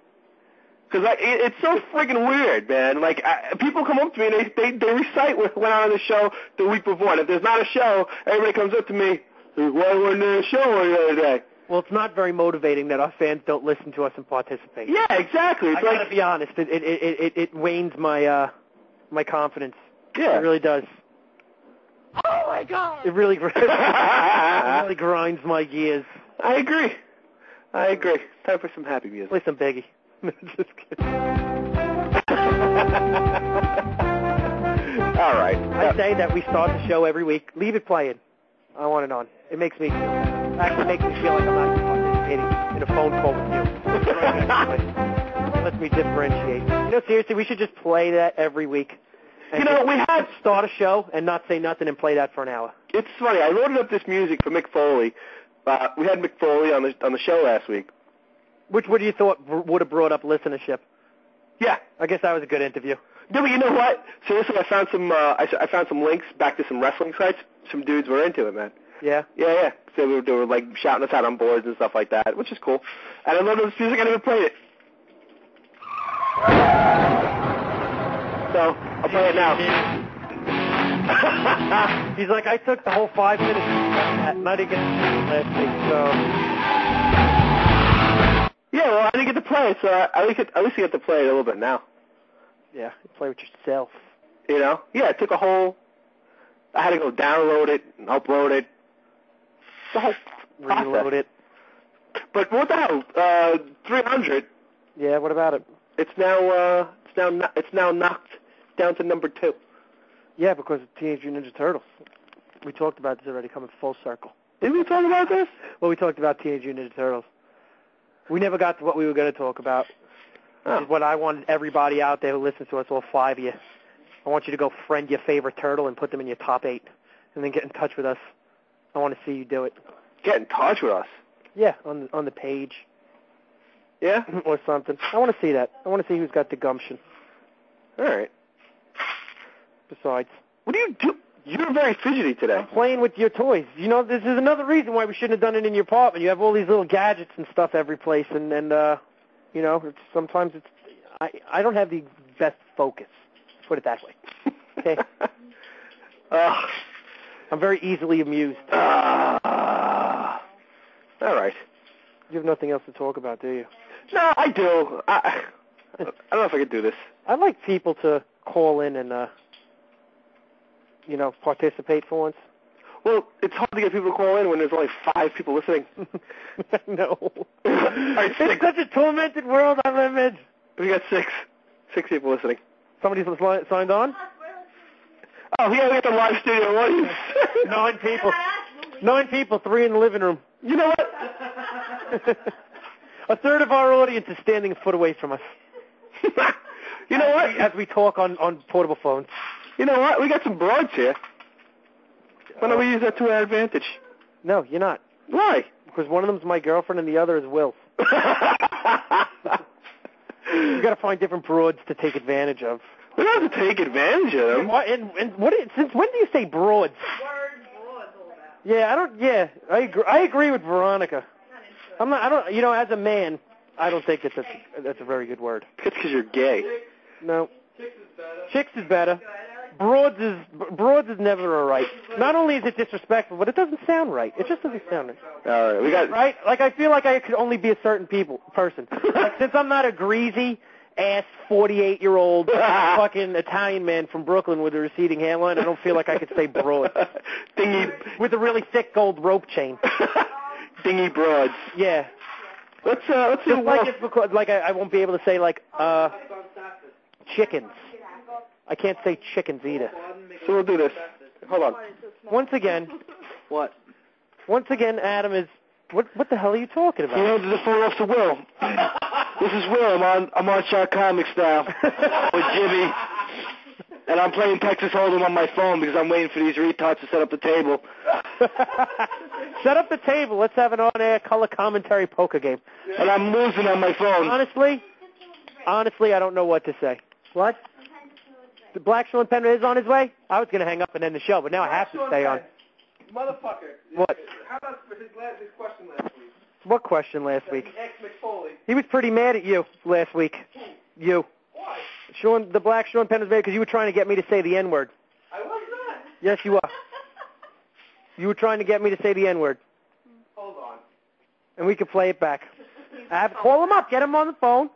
Speaker 1: Because it, it's so friggin' weird, man. Like, I, people come up to me and they, they, they recite what went on in the show the week before. And if there's not a show, everybody comes up to me, why wasn't there a show on the other day?
Speaker 7: Well, it's not very motivating that our fans don't listen to us and participate.
Speaker 1: Yeah, exactly. It's
Speaker 7: I
Speaker 1: like,
Speaker 7: gotta be honest, it it it it, it wanes my uh my confidence.
Speaker 1: yeah.
Speaker 7: It really does.
Speaker 8: Oh my God!
Speaker 7: It really, gr- it really grinds my gears.
Speaker 1: I agree. I agree. Time for some happy music.
Speaker 7: Play some Peggy. Just kidding.
Speaker 1: All right.
Speaker 7: I say that we start the show every week. Leave it playing. I want it on. It makes me actually makes me feel like I'm not participating in a phone call with you. It Lets me differentiate. You know, seriously, we should just play that every week. And
Speaker 1: You know, we
Speaker 7: just
Speaker 1: had-
Speaker 7: start a show and not say nothing and play that for an hour.
Speaker 1: It's funny. I loaded up this music for Mick Foley. Uh, we had Mick Foley on the on the show last week.
Speaker 7: Which would you thought br- would have brought up listenership?
Speaker 1: Yeah.
Speaker 7: I guess that was a good interview.
Speaker 1: No, but you know what? Seriously, I found some uh, I, s- I found some links back to some wrestling sites. Some dudes were into it, man.
Speaker 7: Yeah.
Speaker 1: Yeah, yeah. So they were, they were like shouting us out on boards and stuff like that, which is cool. And I loaded up this music. I never played it. So I'll play it now.
Speaker 7: He's like, I took the whole five minutes and I didn't get last week, so
Speaker 1: Yeah, well, I didn't get to play, so I, I at least at least I get to play it a little bit now.
Speaker 7: yeah, play with yourself.
Speaker 1: You know? Yeah, it took a whole. I had to go download it and upload it. The whole process.
Speaker 7: Reload it.
Speaker 1: But what the hell? Uh, 300.
Speaker 7: Yeah, what about it?
Speaker 1: It's now uh, it's now kno- it's now knocked down to number two.
Speaker 7: Yeah, because of Teenage Mutant Ninja Turtles. We talked about this already, coming full circle.
Speaker 1: Did we talk about this?
Speaker 7: Well, we talked about Teenage Mutant Ninja Turtles. We never got to what we were going to talk about. Which
Speaker 1: Oh.
Speaker 7: is what I wanted everybody out there who listens to us, all five of you. I want you to go friend your favorite turtle and put them in your top eight, and then get in touch with us. I want to see you do it.
Speaker 1: Get in touch with us.
Speaker 7: Yeah, on the, on the page
Speaker 1: Yeah.
Speaker 7: or something. I want to see that. I want to see who's got the gumption.
Speaker 1: All right.
Speaker 7: Besides,
Speaker 1: What do you do? You're very fidgety today.
Speaker 7: I'm playing with your toys. You know, this is another reason why we shouldn't have done it in your apartment. You have all these little gadgets and stuff every place, and and uh, you know, it's, sometimes it's I I don't have the best focus. Put it that way. Okay,
Speaker 1: Ugh.
Speaker 7: I'm very easily amused.
Speaker 1: Ah. all right.
Speaker 7: You have nothing else to talk about, do you?
Speaker 1: No, I do. I I don't know if I could do this.
Speaker 7: I'd like people to call in and uh, you know, participate for once.
Speaker 1: Well, it's hard to get people to call in when there's only five people listening.
Speaker 7: no.
Speaker 1: right,
Speaker 7: it's
Speaker 1: six.
Speaker 7: such a tormented world I live in.
Speaker 1: We got six, six people listening.
Speaker 7: Somebody's li- signed on?
Speaker 1: Oh yeah, we got the live studio audience.
Speaker 7: Nine people. Nine people, three in the living room.
Speaker 1: you know what?
Speaker 7: a third of our audience is standing a foot away from us
Speaker 1: you know what?
Speaker 7: as we talk on, on portable phones.
Speaker 1: You know what? We got some broads here. Why don't we use that to our advantage?
Speaker 7: No, you're not.
Speaker 1: Why?
Speaker 7: Because one of them's my girlfriend and the other is Will's. You gotta find different broads to take advantage of.
Speaker 1: we don't have to take advantage of
Speaker 7: And
Speaker 1: them.
Speaker 7: what, and, and what is, since when do you say broads? Yeah, I don't. Yeah, I agree, I agree with Veronica. I'm not. I don't. You know, as a man, I don't think that that's that's a very good word.
Speaker 1: It's because you're gay.
Speaker 7: No. Chicks is better. broads is broads is never a right. Not only is it disrespectful, but it doesn't sound right. It just doesn't sound right.
Speaker 1: All right, we got.
Speaker 7: right? Like I feel like I could only be a certain people person. like, since I'm not a greasy ass 48 year old fucking Italian man from Brooklyn with a receding hairline, I don't feel like I could say broad.
Speaker 1: Dingy,
Speaker 7: with a really thick gold rope chain.
Speaker 1: dingy broads.
Speaker 7: Yeah.
Speaker 1: Let's uh, let's do
Speaker 7: Just like
Speaker 1: Wolf.
Speaker 7: it's because like I, I won't be able to say like uh chickens. I can't say chickens either.
Speaker 1: So we'll do this. Hold on.
Speaker 7: Once again,
Speaker 1: What?
Speaker 7: once again, Adam is what? What the hell are you talking
Speaker 1: You
Speaker 7: about?
Speaker 1: know, this is full officer Will. This is Will. I'm on I'm on Shark Comics now with Jimmy, and I'm playing Texas Hold'em on my phone because I'm waiting for these retards to set up the table.
Speaker 7: Set up the table. Let's have an on-air color commentary poker game.
Speaker 1: And I'm losing on my phone.
Speaker 7: Honestly, honestly, I don't know what to say. What? The Black Sean Penn is on his way. I was gonna hang up and end the show, but now I have to stay on.
Speaker 9: Motherfucker.
Speaker 7: What?
Speaker 9: How about his last his question last week?
Speaker 7: What question last week?
Speaker 9: Ex McFoley.
Speaker 7: He was pretty mad at you last week. You. Sean, the black Sean Penn was mad because you were trying to get me to say the N-word.
Speaker 9: I was not.
Speaker 7: Yes, you were. You were trying to get me to say the N-word,
Speaker 9: Hold on.
Speaker 7: and we could play it back. Ab, call him up. Get him on the phone.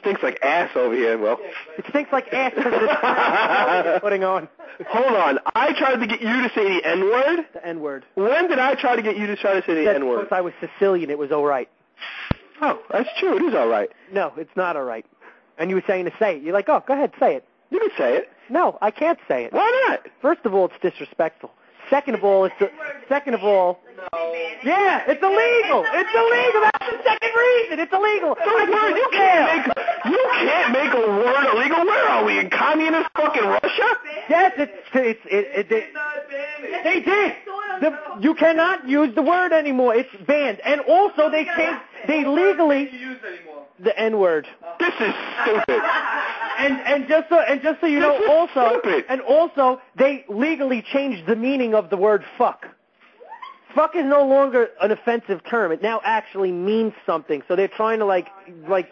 Speaker 1: Stinks like ass over here, Will.
Speaker 7: It stinks like ass because of the you're putting on
Speaker 1: Hold on. I tried to get you to say the N word.
Speaker 7: the N-word.
Speaker 1: When did I try to get you to try to say the
Speaker 7: That's
Speaker 1: N word?
Speaker 7: because I was Sicilian. It was all right.
Speaker 1: Oh, that's true. It is all right.
Speaker 7: No, it's not all right. And you were saying to say it. You're like, oh, go ahead, say it.
Speaker 1: You can say it.
Speaker 7: No, I can't say it.
Speaker 1: Why not?
Speaker 7: First of all, it's disrespectful. Second of all, it's second of all, yeah, it's illegal. It's illegal. That's the second reason. It's illegal. I can
Speaker 1: Word,
Speaker 7: go
Speaker 1: you
Speaker 7: to
Speaker 1: can't
Speaker 7: jail.
Speaker 1: make you can't make a word illegal. Where are we in communist fucking Russia?
Speaker 7: Yes, it's it's it. it, it they did. The, you cannot use the word anymore. It's banned. And also, they can't. They legally
Speaker 9: Use anymore.
Speaker 7: the N word.
Speaker 1: This is stupid.
Speaker 7: And and just so and just so you know,
Speaker 1: This is
Speaker 7: also
Speaker 1: stupid.
Speaker 7: and also they legally changed the meaning of the word fuck. Fuck is no longer an offensive term. It now actually means something. So they're trying to like like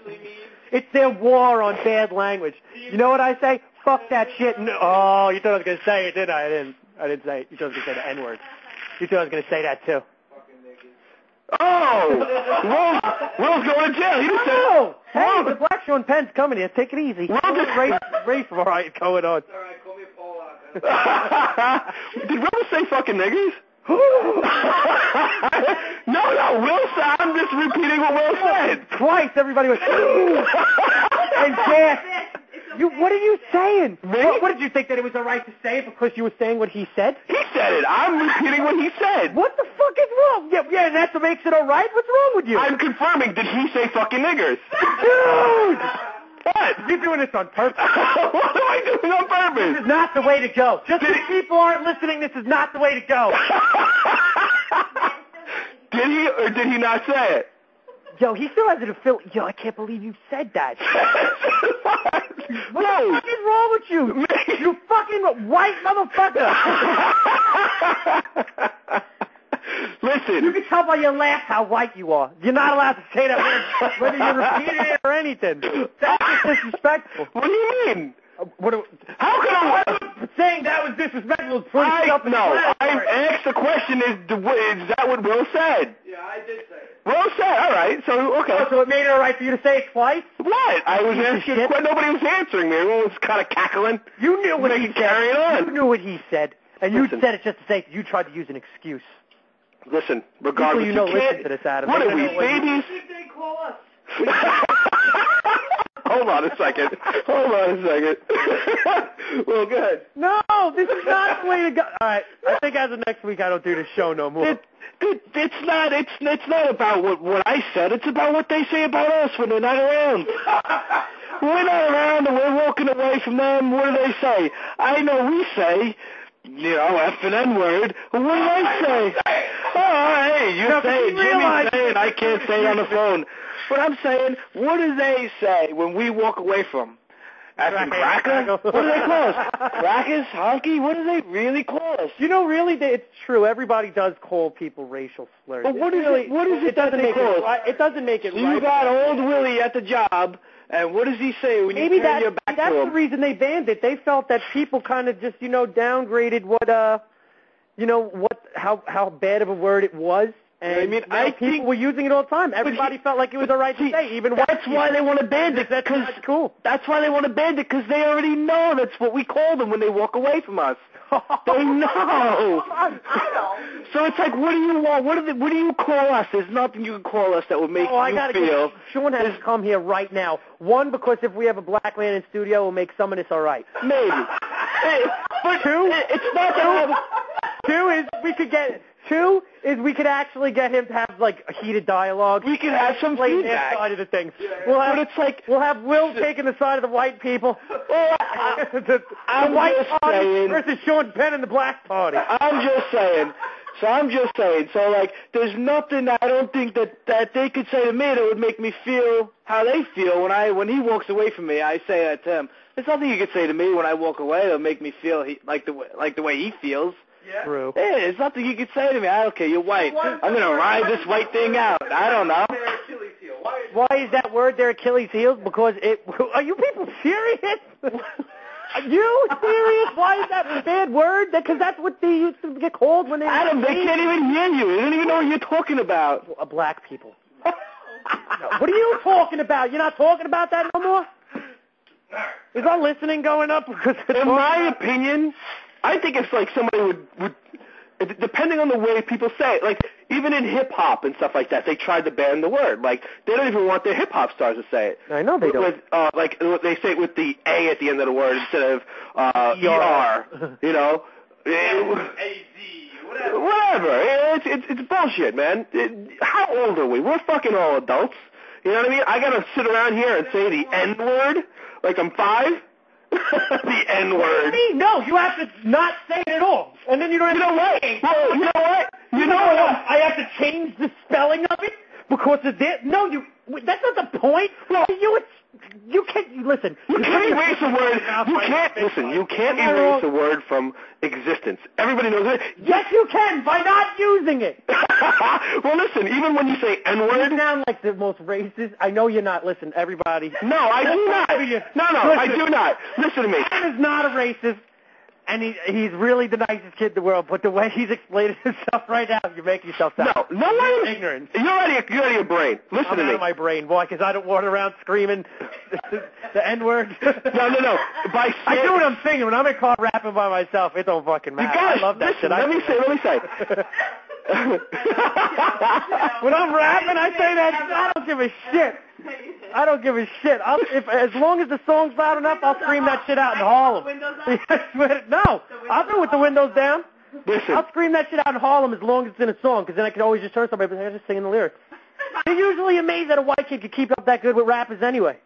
Speaker 7: it's their war on bad language. You know what I say? Fuck that shit. No, oh, you thought I was gonna say it, didn't I? I didn't. I didn't say it. You thought I was gonna say the N word. You thought I was gonna say that too.
Speaker 1: Oh, Will's, Will's going to jail. He just said,
Speaker 7: No. Hey, the black Sean Penn's coming here. Take it easy.
Speaker 1: Well, this-
Speaker 7: race, race riot going
Speaker 9: All
Speaker 7: on.
Speaker 9: right, call me a Paul.
Speaker 1: Did Will say fucking niggas? no, no, Will said. I'm just repeating what Will said.
Speaker 7: Twice everybody went "Ooh," and gasped. You, what are you saying? What, what did you think that it was alright to say it because you were saying what he said?
Speaker 1: He said it. I'm repeating what he said.
Speaker 7: What the fuck is wrong? Yeah, yeah, and that's what makes it alright. What's wrong with you?
Speaker 1: I'm confirming. Did he say fucking niggers?
Speaker 7: Dude,
Speaker 1: What?
Speaker 7: you're doing this on purpose.
Speaker 1: what am I doing on
Speaker 7: This
Speaker 1: purpose?
Speaker 7: is not the way to go. Just because people aren't listening, this is not the way to go.
Speaker 1: Did he or did he not say it?
Speaker 7: Yo, he still has an affiliate. Yo, I can't believe you said that. What the
Speaker 1: no.
Speaker 7: fuck is wrong with you? You fucking white motherfucker.
Speaker 1: Listen.
Speaker 7: You can tell by your laugh how white you are. You're not allowed to say that word, whether you repeated it or anything. That's just disrespectful.
Speaker 1: What do you mean?
Speaker 7: Uh, What do,
Speaker 1: How can I?
Speaker 7: saying that was disrespectful is pretty
Speaker 1: I
Speaker 7: self
Speaker 1: no. I asked the question. Is is that what Will said?
Speaker 9: Yeah, I did say it.
Speaker 1: Will said. All right. So okay.
Speaker 7: So it made it all right for you to say it twice?
Speaker 1: What? I was asking.
Speaker 7: shit.
Speaker 1: Quite, nobody was answering me. Everyone was kind of cackling.
Speaker 7: You knew what he
Speaker 1: Making carry it
Speaker 7: You
Speaker 1: on.
Speaker 7: knew what he said, and you
Speaker 1: Listen.
Speaker 7: said it just to say you tried to use an excuse.
Speaker 1: Listen. Regardless,
Speaker 7: People you know
Speaker 1: can't-
Speaker 7: listen to this, Adam.
Speaker 1: What
Speaker 7: They
Speaker 1: are we,
Speaker 7: don't know what you-
Speaker 1: babies?
Speaker 9: If they call us.
Speaker 1: Hold on a second. Hold on a second. well, go ahead.
Speaker 7: No, this is not the way to go. All right, I think as of next week, I don't do this show no more.
Speaker 1: It, it, it's not. It's it's not about what what I said. It's about what they say about us when they're not around. When we're not around and we're walking away from them. What do they say? I know we say, you know, f and n word. What do I say? Oh, hey, you
Speaker 7: Now,
Speaker 1: say
Speaker 7: you
Speaker 1: it. Jimmy's
Speaker 7: realize-
Speaker 1: saying I can't say it on the phone. But I'm saying, what do they say when we walk away from? 'em? Effing cracker?
Speaker 7: Cracker.
Speaker 1: What do they call us? Crackers? Honky? What do they really call us?
Speaker 7: You know, really, they- it's true. Everybody does call people racial slurs.
Speaker 1: But what
Speaker 7: It
Speaker 1: is it-
Speaker 7: really,
Speaker 1: what is it that
Speaker 7: doesn't
Speaker 1: they
Speaker 7: make
Speaker 1: call
Speaker 7: it
Speaker 1: us?
Speaker 7: right. It doesn't make it
Speaker 1: So
Speaker 7: right.
Speaker 1: you got old Willie at the job
Speaker 12: And what does he say when
Speaker 7: Maybe
Speaker 12: you turn
Speaker 7: that,
Speaker 12: your back
Speaker 7: that's
Speaker 12: to
Speaker 7: the
Speaker 12: him?
Speaker 7: reason they banned it. They felt that people kind of just, you know, downgraded what, uh, you know, what, how, how bad of a word it was. And
Speaker 12: I mean,
Speaker 7: you know,
Speaker 12: I
Speaker 7: people
Speaker 12: think-
Speaker 7: were using it all the time.
Speaker 12: But
Speaker 7: Everybody
Speaker 12: he-
Speaker 7: felt like it was
Speaker 12: but
Speaker 7: all right
Speaker 12: see,
Speaker 7: to say, even
Speaker 12: that's why they
Speaker 7: want
Speaker 12: to ban it,
Speaker 7: That's
Speaker 12: 'cause-
Speaker 7: not cool.
Speaker 12: That's why they want to ban it, because they already know that's what we call them when they walk away from us.
Speaker 7: Oh,
Speaker 12: they know. so it's like, what do you want? What, do they, what do you call us? There's nothing you can call us that would make
Speaker 7: oh, I
Speaker 12: you
Speaker 7: gotta
Speaker 12: feel.
Speaker 7: Get, Sean has to come here right now. One, because if we have a black man in studio, we'll make some of this all right.
Speaker 12: Maybe. Hey, but
Speaker 7: two,
Speaker 12: it's not that I have-
Speaker 7: Two is we could get. Two is we could actually get him to have like a heated dialogue.
Speaker 12: We could have some
Speaker 7: Play their
Speaker 12: feedback.
Speaker 7: side of the thing. We'll have,
Speaker 12: But it's like- oh,
Speaker 7: we'll have Will taking the side of the white people. the, the
Speaker 12: I'm
Speaker 7: white
Speaker 12: just
Speaker 7: party
Speaker 12: saying-
Speaker 7: versus Sean Penn and the black party.
Speaker 12: I'm just saying. So I'm just saying. So like, there's nothing that I don't think that that they could say to me that would make me feel how they feel when I when he walks away from me. I say that to him. There's nothing you could say to me when I walk away that'll make me feel he, like the way like the way he feels.
Speaker 7: True.
Speaker 12: Yeah, there's nothing you could say to me. I don't care. You're white. I'm gonna ride this white thing out. I don't know.
Speaker 7: Why is that word their Achilles heels? Because it. Are you people serious? Are you serious? Why is that a bad word? Because that's what they used to get called when they.
Speaker 12: Adam, they can't even hear you. They don't even know what you're talking about.
Speaker 7: Uh, black people. No, What are you talking about? You're not talking about that no more. Is our listening going up? Because
Speaker 1: In my opinion, I think it's like somebody would, would it- depending on the way people say it, like even in hip hop and stuff like that, they tried to ban the word. Like they don't even want their hip hop stars to say it.
Speaker 7: I know they don't.
Speaker 1: With uh, like they say it with the a at the end of the word instead of uh, er. You know. A Z. Whatever. It's it's it's bullshit, man. It- how old are we? We're fucking all adults. You know what I mean? I gotta sit around here and say the N word like I'm five. the N word.
Speaker 7: Me? No, you have to not say it at all, and then you don't. Have
Speaker 1: You know
Speaker 7: to
Speaker 1: what? Well, you know what? You know
Speaker 7: No,
Speaker 1: what?
Speaker 7: I have to change the spelling of it because of this. No, you. That's not the point. you. You can't. Listen.
Speaker 1: You can't erase a word. You can't listen. You can't
Speaker 7: Am I
Speaker 1: erase a
Speaker 7: wrong?
Speaker 1: word from existence. Everybody knows it.
Speaker 7: Yes, you can by not using it.
Speaker 1: well, listen. Even when you say N
Speaker 7: You
Speaker 1: word,
Speaker 7: sound like the most racist. I know you're not. Listen, everybody.
Speaker 1: no, I do not. No, no, I do not. Listen to me.
Speaker 7: Adam is not a racist, and he, he's really the nicest kid in the world. But the way he's explaining himself right now, you're making yourself sound
Speaker 1: No, no one.
Speaker 7: ignorant.
Speaker 1: You're out of your, you're out of your brain. Listen
Speaker 7: I'm
Speaker 1: to
Speaker 7: out
Speaker 1: me.
Speaker 7: of my brain. Why? Because I don't walk around screaming the N word.
Speaker 1: No, no, no. By
Speaker 7: I do what I'm singing. When I'm in car rapping by myself, it don't fucking
Speaker 1: You
Speaker 7: matter.
Speaker 1: guys,
Speaker 7: I love that
Speaker 1: listen,
Speaker 7: shit. I
Speaker 1: let me say, let me say.
Speaker 7: when I'm rapping, I say that. I don't give a shit. I don't give a shit. I'll, if as long as the song's loud enough, I'll scream that shit out in Harlem. no, I'll do it with the windows down.
Speaker 1: Listen.
Speaker 7: I'll scream that shit out in Harlem as long as it's in a song, because then I can always just turn to somebody. But I'm just singing the lyrics. They're usually amazed that a white kid could keep up that good with rappers anyway.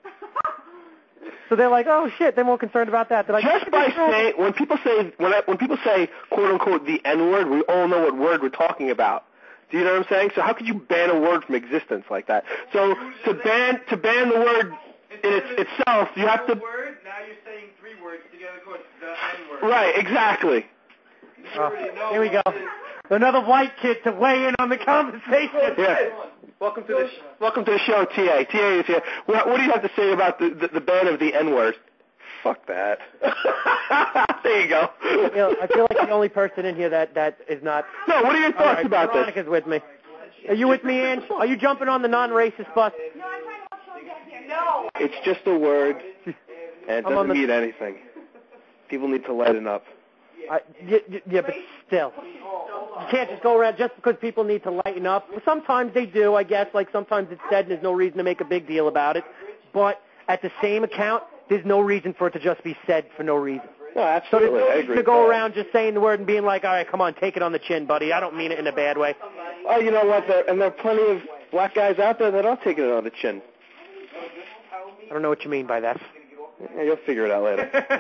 Speaker 7: So they're like, oh shit, they're more concerned about that. They're like,
Speaker 1: Just by saying, when people say, when I, when people say, quote unquote, the N word, we all know what word we're talking about. Do you know what I'm saying? So how could you ban a word from existence like that? So to ban to ban the word in its, itself, you have to.
Speaker 9: word, now you're saying three words together called the N-word.
Speaker 1: Right, exactly.
Speaker 7: Oh, here we go. Another white kid to weigh in on the conversation.
Speaker 1: Yeah. Welcome to the sh- welcome to the show, TA. TA is here. What, what do you have to say about the the, the ban of the N word? Fuck that. there you go.
Speaker 7: You know, I feel like the only person in here that that is not.
Speaker 1: No, what are your
Speaker 7: All
Speaker 1: thoughts
Speaker 7: right,
Speaker 1: about this?
Speaker 7: Veronica's with me. Are you with me, Ange? Are you jumping on the non-racist bus? Uh,
Speaker 1: It's just a word, and it
Speaker 7: I'm on
Speaker 1: doesn't
Speaker 7: the-
Speaker 1: mean anything. People need to lighten up.
Speaker 7: I, yeah, yeah, yeah, but still, you can't just go around just because people need to lighten up. Sometimes they do, I guess. Like sometimes it's said, and there's no reason to make a big deal about it. But at the same account, there's no reason for it to just be said for no reason.
Speaker 1: No,
Speaker 7: So there's
Speaker 1: absolutely.
Speaker 7: no
Speaker 1: I
Speaker 7: reason
Speaker 1: agree.
Speaker 7: to go
Speaker 1: with that.
Speaker 7: around just saying the word and being like, all right, come on, take it on the chin, buddy. I don't mean it in a bad way.
Speaker 1: Oh, you know what? There, and there are plenty of black guys out there that are taking it on the chin.
Speaker 7: I don't know what you mean by that.
Speaker 1: Yeah, you'll figure it out later.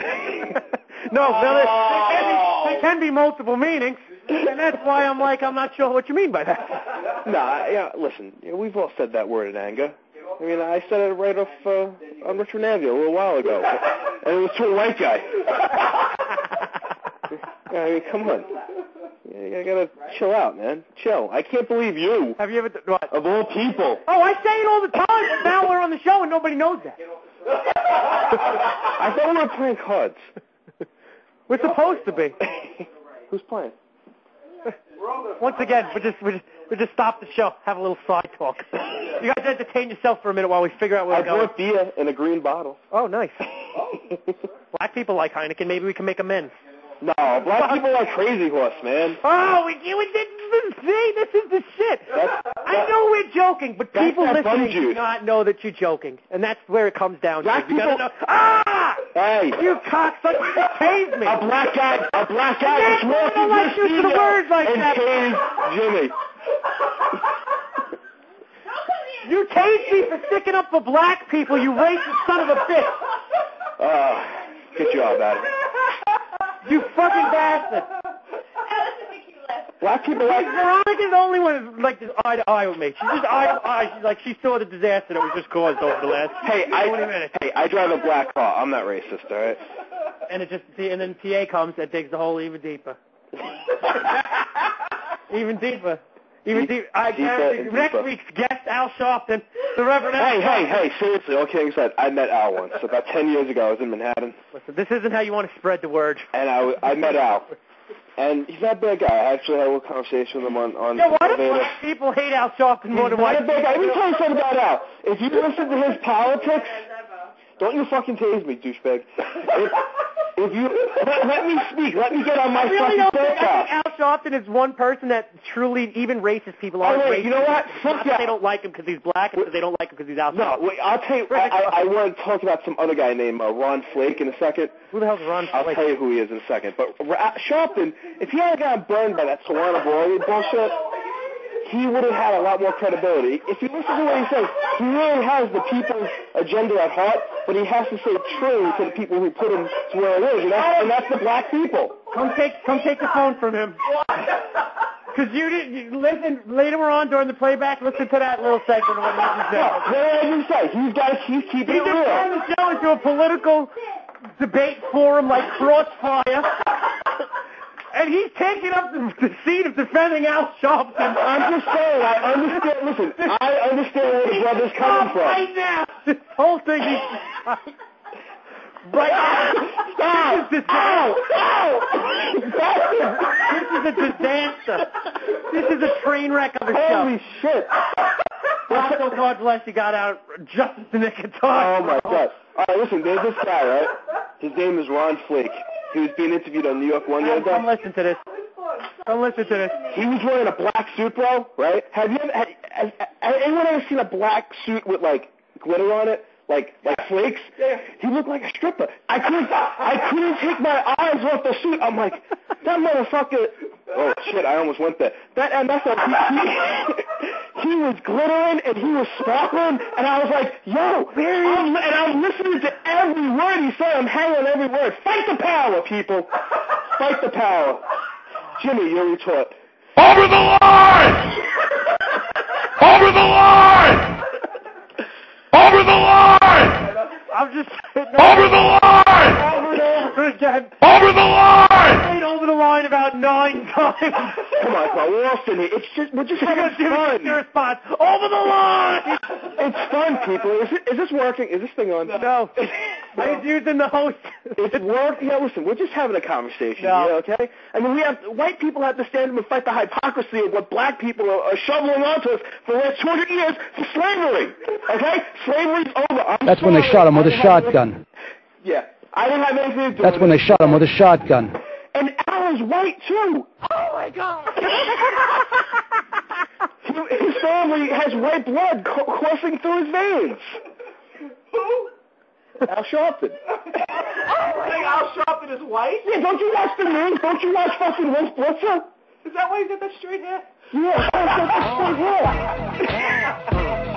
Speaker 7: no, Phyllis, there can, be, there can be multiple meanings, and that's why I'm like, I'm not sure what you mean by that.
Speaker 1: no, I, yeah, listen, you know, we've all said that word in anger. I mean, I said it right off uh, on Richard Navia a little while ago, and it was to a white guy. I mean, come on. You you gotta chill out, man. Chill. I can't believe you,
Speaker 7: Have you ever, what?
Speaker 1: of all people.
Speaker 7: Oh, I say it all the time, but now we're on the show and nobody knows that.
Speaker 1: I thought we were playing cards.
Speaker 7: We're supposed to be.
Speaker 1: Who's playing?
Speaker 7: Once again, we just we just we just stop the show, have a little side talk. You guys entertain yourself for a minute while we figure out where
Speaker 1: I
Speaker 7: we're going.
Speaker 1: brought beer in a green bottle.
Speaker 7: Oh, nice. Black people like Heineken. Maybe we can make amends.
Speaker 1: No, black people like Crazy Horse, man.
Speaker 7: Oh, we, you, this is the thing. This is the shit. I know we're joking, but
Speaker 1: That's
Speaker 7: people
Speaker 1: that bun
Speaker 7: listening do
Speaker 1: juice.
Speaker 7: not know that you're joking, and that's where it comes down.
Speaker 1: Black
Speaker 7: to. You gotta
Speaker 1: people-
Speaker 7: know- Ah!
Speaker 1: Hey.
Speaker 7: You cocksucker! You caved me.
Speaker 1: A black guy, a black guy
Speaker 7: Yeah,
Speaker 1: just
Speaker 7: I don't
Speaker 1: walked into
Speaker 7: like
Speaker 1: the
Speaker 7: using
Speaker 1: studio
Speaker 7: words like
Speaker 1: and
Speaker 7: that.
Speaker 1: tased Jimmy.
Speaker 7: You caved me for sticking up for black people. You racist son of a bitch.
Speaker 1: Uh, good job, Adam.
Speaker 7: You fucking bastard.
Speaker 1: Black people like
Speaker 7: Veronica's the only one who's like just eye to eye with me. She's just eye to eye. She's like she saw the disaster that was just caused over the last
Speaker 1: Hey,
Speaker 7: 20
Speaker 1: I
Speaker 7: minutes.
Speaker 1: hey, I drive a black car. I'm not racist, all right?
Speaker 7: And it just and then TA comes and digs the hole even deeper. even deeper. Even deeper. I
Speaker 1: Deeper
Speaker 7: guarantee
Speaker 1: and
Speaker 7: next
Speaker 1: deeper.
Speaker 7: week's guest, Al Sharpton, the Reverend Al
Speaker 1: Hey, hey,
Speaker 7: Sharpton.
Speaker 1: hey, seriously, all kidding aside, I met Al once. About 10 years ago, I was in Manhattan,
Speaker 7: Listen, this isn't how you want to spread the word.
Speaker 1: and I, w- I met Al. And he's not a bad guy. I actually had a little conversation with him on, on
Speaker 7: Yeah, why do
Speaker 1: Elevator.
Speaker 7: black people hate Al Sharpton more than
Speaker 1: Why
Speaker 7: white
Speaker 1: did they
Speaker 7: people?
Speaker 1: Let me tell you something about Al. If you listen to his politics, don't you fucking tase me, douchebag. If, if you let, let me speak, let me get on my
Speaker 7: I really don't
Speaker 1: fucking
Speaker 7: think, I
Speaker 1: soapbox.
Speaker 7: think Al Sharpton is one person that truly even racist people are.
Speaker 1: Oh, wait,
Speaker 7: racist.
Speaker 1: you know what? Fuck
Speaker 7: Not
Speaker 1: that.
Speaker 7: They don't like him because he's black, and so they don't like him because he's Al
Speaker 1: No,
Speaker 7: Sharpton.
Speaker 1: wait, I'll tell you. I, I, I want to talk about some other guy named uh, Ron Flake in a second.
Speaker 7: Who the hell's Ron
Speaker 1: I'll
Speaker 7: Flake?
Speaker 1: tell you who he is in a second. But Ra- Sharpton, if he had gotten burned by that Solana Boy bullshit, he would have had a lot more credibility. If you listen to what he says, he really has the people's agenda at heart, but he has to say true to the people who put him to where it is, and that's, and that's the black people.
Speaker 7: Come take, come take the phone from him. Because you didn't you- listen. Later on during the playback, listen to that little segment of what Nathan
Speaker 1: No,
Speaker 7: said.
Speaker 1: what did I just say? He's got to keep keeping
Speaker 7: He
Speaker 1: it
Speaker 7: just
Speaker 1: real.
Speaker 7: turned the show into a political debate forum like Crossfire. And he's taking up the, the seat of defending Al Sharpton.
Speaker 1: I'm just saying, I understand. Listen, I understand where the brother's coming
Speaker 7: Stop
Speaker 1: from.
Speaker 7: right now. This whole thing is... Right now. This is, a dis- this is a disaster. This is a train wreck of a show.
Speaker 1: Holy shit.
Speaker 7: Rocco, God bless you, got out just in the Oh, nick of
Speaker 1: Oh
Speaker 7: time.
Speaker 1: my god. Alright, listen, there's this guy, right? His name is Ron Flake. He was being interviewed on New York One the
Speaker 7: Adam,
Speaker 1: other
Speaker 7: Come
Speaker 1: day.
Speaker 7: listen to this. Come listen to this.
Speaker 1: He was wearing a black suit, bro, right? Have you ever, has, has, has anyone ever seen a black suit with like glitter on it? Like like flakes? He looked like a stripper. I couldn't I couldn't take my eyes off the suit. I'm like, that motherfucker Oh shit, I almost went there. That and that's a, he, he, he was glittering and he was sparkling and I was like, yo, I'm, and I'm listening to every word he said. I'm hanging on every word. Fight the power, people. Fight the power. Jimmy, you're a retort.
Speaker 3: Over the line! Over the line! Over the line!
Speaker 7: I'm just sitting
Speaker 3: Over the line!
Speaker 7: over and over again.
Speaker 3: Over the line!
Speaker 7: Stayed over the line about nine times.
Speaker 1: Come on, come on, we're all sitting here. It's just we're just having
Speaker 7: Give me your
Speaker 1: fun.
Speaker 7: response. Over the line.
Speaker 1: It's fun, people. Is, it, is this working? Is this thing on?
Speaker 7: No. I was using the host.
Speaker 1: It's work. Yeah, listen, we're just having a conversation.
Speaker 7: No.
Speaker 1: Yeah, okay. I mean, we have white people have to stand up and fight the hypocrisy of what black people are, are shoveling onto us for the last 200 years for slavery. Okay, slavery's over. I'm
Speaker 5: That's when they
Speaker 1: sorry.
Speaker 5: shot him with
Speaker 1: I
Speaker 5: a
Speaker 1: didn't have
Speaker 5: shotgun.
Speaker 1: anything- Yeah, I didn't have anything to do.
Speaker 5: That's
Speaker 1: with
Speaker 5: when
Speaker 1: it.
Speaker 5: they shot him with a shotgun.
Speaker 1: And Al is white too.
Speaker 7: Oh my god.
Speaker 1: His family has white blood co- coursing through his veins. Al Sharpton.
Speaker 9: Like Al Sharpton is white?
Speaker 1: Yeah, don't you watch the news? Don't you watch fucking Wolf Blitzer?
Speaker 9: Is that why he's got that straight hair?
Speaker 1: Yeah, that's that's
Speaker 7: Oh,
Speaker 1: straight hair.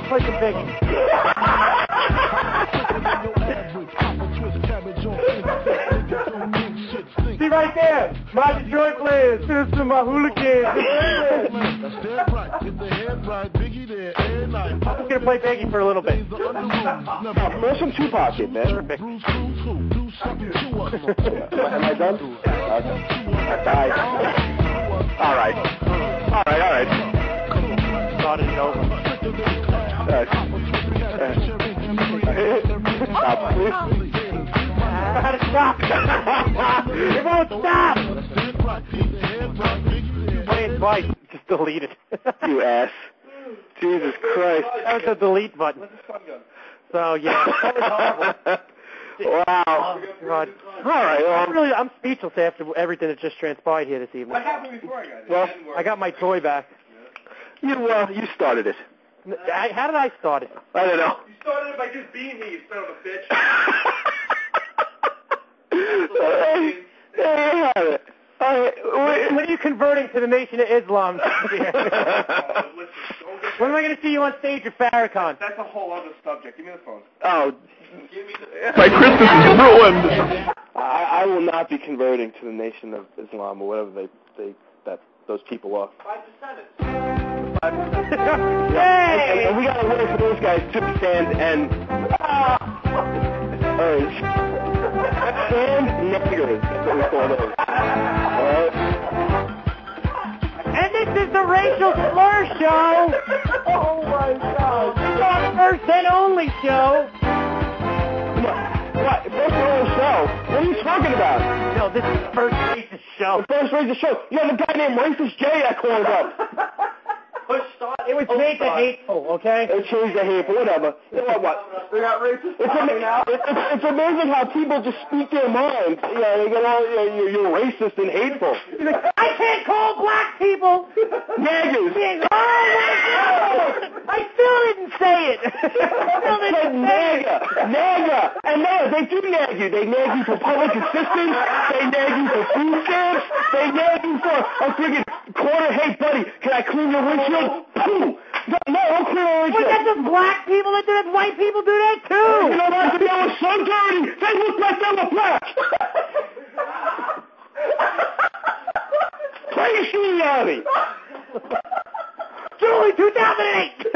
Speaker 7: Push a big. See right there, my Detroit players, Sister, my hooligans. I'm gonna play Biggie for a little bit.
Speaker 1: Now, throw some Tupac in, man. Am I- am I done? Okay. I died. All right. All right, all right.
Speaker 7: Started it over.
Speaker 1: All right.
Speaker 7: Oh,
Speaker 12: Stop,
Speaker 10: Oh.
Speaker 12: please.
Speaker 7: Gotta stop. it won't stop. Play it twice. Just delete it.
Speaker 12: you ass.
Speaker 7: Jesus Christ. That was the delete button. So yeah, that was horrible.
Speaker 12: Wow.
Speaker 7: Oh, God. All right. Well, I'm really, I'm speechless after everything that just transpired here this evening. What happened before I got Well, I got my toy back.
Speaker 1: You well, you started it.
Speaker 7: N- I, how did I start it?
Speaker 1: I don't know.
Speaker 9: You started it by just being here, you son of a bitch.
Speaker 7: There you have it. All right. When, when are you converting to the Nation of Islam? when am I going to see you on stage at Farrakhan?
Speaker 9: That's a whole other subject. Give me the phone.
Speaker 1: Oh,
Speaker 9: Give me the
Speaker 1: my Christmas is ruined. I, I will not be converting to the Nation of Islam or whatever they they that those people are. Hey! And we gotta wait for those guys to stand and uh, urge. Stand niggers. That's what we call those. Alright?
Speaker 7: And this is the racial slur show. oh my God! Our first and only show.
Speaker 1: What? First racist show? What are you talking about?
Speaker 7: No, this is the first racist show.
Speaker 1: The first racist show. You have a guy named Racist J that called up.
Speaker 7: It was made to hateful, okay?
Speaker 1: It changed the hate, but whatever. You know what? what?
Speaker 9: They got racist
Speaker 1: It's, ama-
Speaker 9: coffee now.
Speaker 1: it's, it's- it's amazing how people just speak their minds. Yeah, they get all you're, you're racist and hateful.
Speaker 7: I can't call black people.
Speaker 1: Niggers.
Speaker 7: Niggas. Oh my God! I still didn't say it. I still
Speaker 1: They said
Speaker 7: didn't say it.
Speaker 1: nigger, nigger, and no, they do nag you. They nag you for public assistance. They nag you for food stamps. They nag you for a friggin' quarter. Hey, buddy, can I clean your windshield? Poo. No, no, don't clean my
Speaker 7: But
Speaker 1: windshield.
Speaker 7: that's just black people that do that. White people do that too.
Speaker 1: You know what? They were so dirty. They looked like they were black. Bestiality.
Speaker 7: Julie 2008.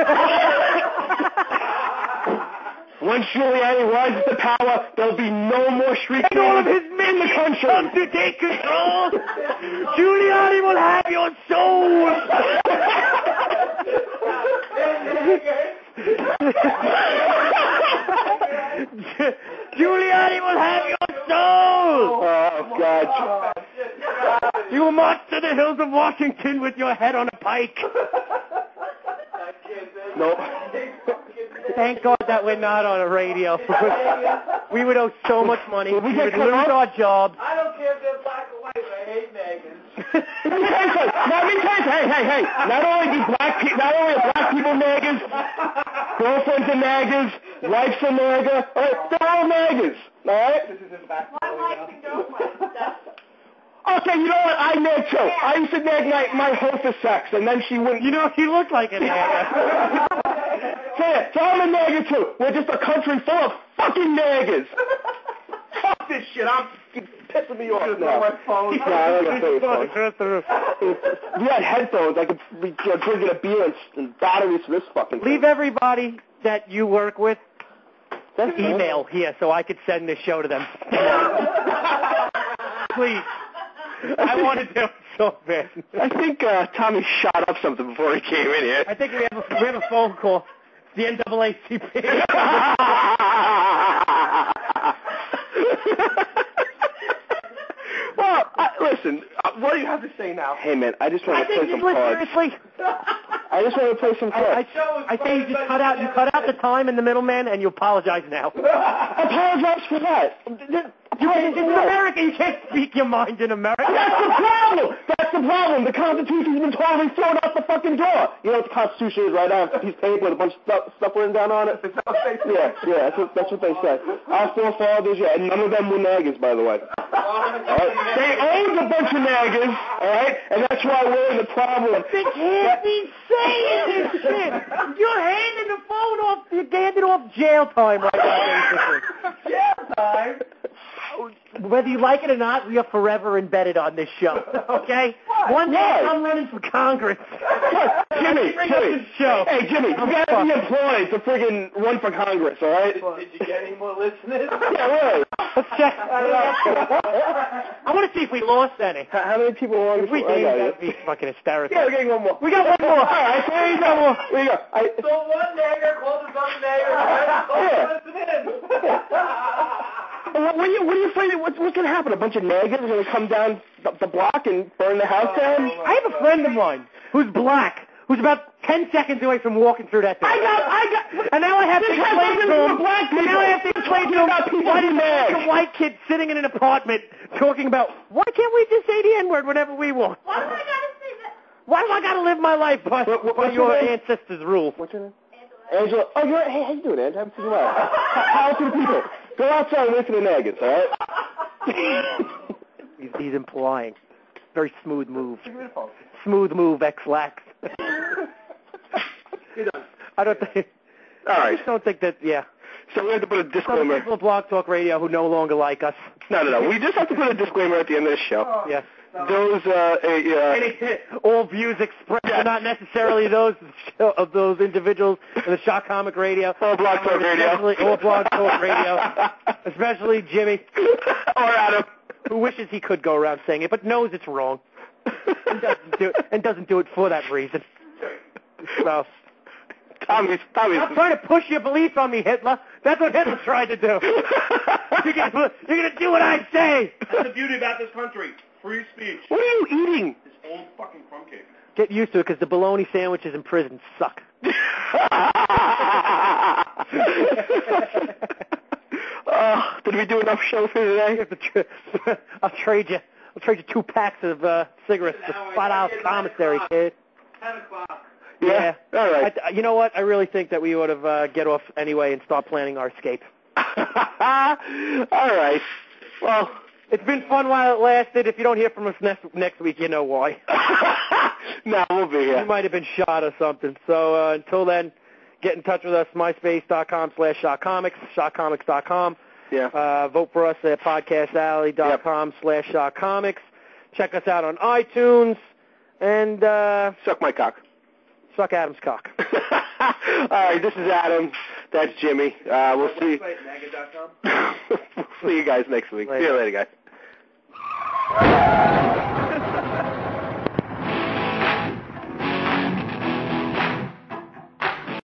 Speaker 1: Once Giuliani rises to power, there'll be no more street
Speaker 7: And all of his men
Speaker 1: in the country.
Speaker 7: come to take control. Giuliani will have your soul. Giuliani will have your soul.
Speaker 1: Oh, God.
Speaker 7: You march to the hills of Washington with your head on a pike.
Speaker 1: Nope.
Speaker 7: Thank God that we're not on a radio. we would owe so much money.
Speaker 1: Would we
Speaker 7: we
Speaker 1: get
Speaker 7: would
Speaker 1: cut
Speaker 7: lose
Speaker 1: off?
Speaker 7: our jobs.
Speaker 9: I don't care if they're black or white, but I hate naggers.
Speaker 1: Let me tell you something. Now, let me tell you something. Hey, hey, hey. Not only do black pe- not only are black people naggers, girlfriends are naggers, wife's a nagger, all right, they're all naggers, all right? Okay, you know what? I nag too. I used to nag my, my hoe for sex, and then she wouldn't.
Speaker 7: You know, he looked like an nigger.
Speaker 1: So, yeah, so I'm a nagger too. We're just a country full of fucking naggers. Fuck this shit. I'm you're pissing me off now.
Speaker 9: my phone.
Speaker 1: Yeah, I don't got my phone.
Speaker 7: Across the roof.
Speaker 1: If we had headphones. I could be you know, drinking a beer and, and batteries for this fucking
Speaker 7: Leave
Speaker 1: thing.
Speaker 7: everybody that you work with
Speaker 1: That's nice.
Speaker 7: email here so I could send this show to them. Please. I want to do it so bad.
Speaker 1: I think uh, Tommy shot up something before he came in here.
Speaker 7: I think we have a, we have a phone call. It's the NAACP.
Speaker 1: well, I, listen. Uh, what do you have to say now? Hey man, I just
Speaker 7: I
Speaker 1: want to
Speaker 7: think
Speaker 1: play
Speaker 7: you
Speaker 1: some
Speaker 7: just
Speaker 1: cards.
Speaker 7: seriously.
Speaker 1: I just want to play some
Speaker 7: I,
Speaker 1: cards.
Speaker 7: I, I say you just cut out you cut out the time and the middleman and you apologize now.
Speaker 1: Apologize for that.
Speaker 7: You can, it's America. You can't speak your mind in America.
Speaker 1: That's the problem. That's the problem. The Constitution's been totally thrown out the fucking door. You know what the Constitution is, right? I have a piece of paper with a bunch of stuff, stuff written down on it. Yeah, yeah, that's what, that's what they said. Our forefathers, yeah, and none of them were naggers, by the way. All right? They owned a bunch of naggers, all right? And that's why we're in the problem.
Speaker 7: They can't be saying this shit. You're handing the phone off. You're handing off jail time right now, basically. Whether you like it or not, we are forever embedded on this show. Okay? One day
Speaker 1: Why?
Speaker 7: I'm running for Congress.
Speaker 1: Look, Jimmy,
Speaker 7: Bring up
Speaker 1: Jimmy.
Speaker 7: this show.
Speaker 1: Hey, Jimmy, you gotta be employed to friggin' run for Congress, all right?
Speaker 9: Did you get any more listeners?
Speaker 1: Yeah, really.
Speaker 7: Let's check. I want 50 if we lost any. How,
Speaker 1: many people are on
Speaker 7: if we
Speaker 1: floor? I
Speaker 7: did,
Speaker 1: got
Speaker 7: that'd be fucking hysterical.
Speaker 1: Yeah, we're getting one more.
Speaker 7: We got one more.
Speaker 1: All right, there you go. One more. There you go. I,
Speaker 9: So one nagger calls another nagger.
Speaker 1: Yeah.
Speaker 9: right? So listen in.
Speaker 1: What, what, are you, what are you afraid of? What's, what's going to happen? A bunch of naggas are going to come down the, the block and burn the house down?
Speaker 9: Uh,
Speaker 7: I have a friend of mine who's black, who's about 10 seconds away from walking through that door.
Speaker 1: I got, I got,
Speaker 7: And now I have
Speaker 1: This
Speaker 7: to
Speaker 1: has
Speaker 7: explain
Speaker 1: nothing
Speaker 7: to
Speaker 1: to do
Speaker 7: him.
Speaker 1: with black
Speaker 7: and now
Speaker 1: people.
Speaker 7: I have to explain to him
Speaker 1: about people
Speaker 7: why
Speaker 1: who
Speaker 7: there's
Speaker 1: mag.
Speaker 7: a white kid sitting in an apartment talking about why can't we just say the N word whenever we want?
Speaker 9: Why do I gotta say that?
Speaker 7: Why do I gotta live my life by, by
Speaker 1: what's
Speaker 7: your
Speaker 1: your name?
Speaker 7: ancestors' rule?
Speaker 1: What's your name? Angela. Oh, you're right. Hey, how you doing, Angela? Haven't seen you in a while. How to the people. Go outside and listen to naggas, all right?
Speaker 7: He's, he's implying. Very smooth move. Smooth move, X-Lax. I don't think.
Speaker 1: All
Speaker 7: I
Speaker 1: right.
Speaker 7: just don't think that. Yeah.
Speaker 1: So we have to put a
Speaker 7: Some
Speaker 1: disclaimer.
Speaker 7: people at Block Talk Radio who no longer like us.
Speaker 1: No, no, no. We just have to put a disclaimer at the end of the show.
Speaker 7: Yes.
Speaker 9: Oh.
Speaker 1: Those, uh, a, uh,
Speaker 7: All views expressed are not necessarily those of the show- of those individuals in the Shock Comic Radio.
Speaker 1: All Block Talk Radio.
Speaker 7: Especially- All Block Talk Radio. Especially Jimmy,
Speaker 1: or Adam.
Speaker 7: who wishes he could go around saying it, but knows it's wrong and doesn't do, and doesn't do it for that reason. So,
Speaker 1: Tommy's, Tommy's.
Speaker 7: stop trying to push your beliefs on me, Hitler. That's what Hitler tried to do. You're gonna, you're gonna do what I say.
Speaker 9: That's the beauty about this country. Free speech.
Speaker 1: What are you eating?
Speaker 9: This old fucking crumb cake.
Speaker 7: Get used to it, 'cause the bologna sandwiches in prison suck.
Speaker 1: oh, did we do enough show for today?
Speaker 7: I'll trade you. I'll trade you two packs of uh, cigarettes for five dollars commissary, kid.
Speaker 9: Ten o'clock.
Speaker 7: Yeah.
Speaker 1: All
Speaker 7: I,
Speaker 1: right.
Speaker 7: th- you know what? I really think that we ought to uh, get off anyway and start planning our escape.
Speaker 1: All right. Well,
Speaker 7: It's been fun while it lasted. If you don't hear from us next next week, you know why.
Speaker 1: no, we'll be
Speaker 7: You
Speaker 1: here.
Speaker 7: might have been shot or something. So uh, until then, get in touch with us. MySpace.com slash ShotComics, ShotComics.com.
Speaker 1: Yeah.
Speaker 7: Uh, vote for us at podcastalley.com slash ShotComics. Check us out on iTunes. And uh,
Speaker 1: Suck my cock.
Speaker 7: suck Adam's cock.
Speaker 1: All right, this is Adam. That's Jimmy. Uh, we'll see.
Speaker 9: Nagger.com.
Speaker 1: we'll see you guys next week. See you later, guys.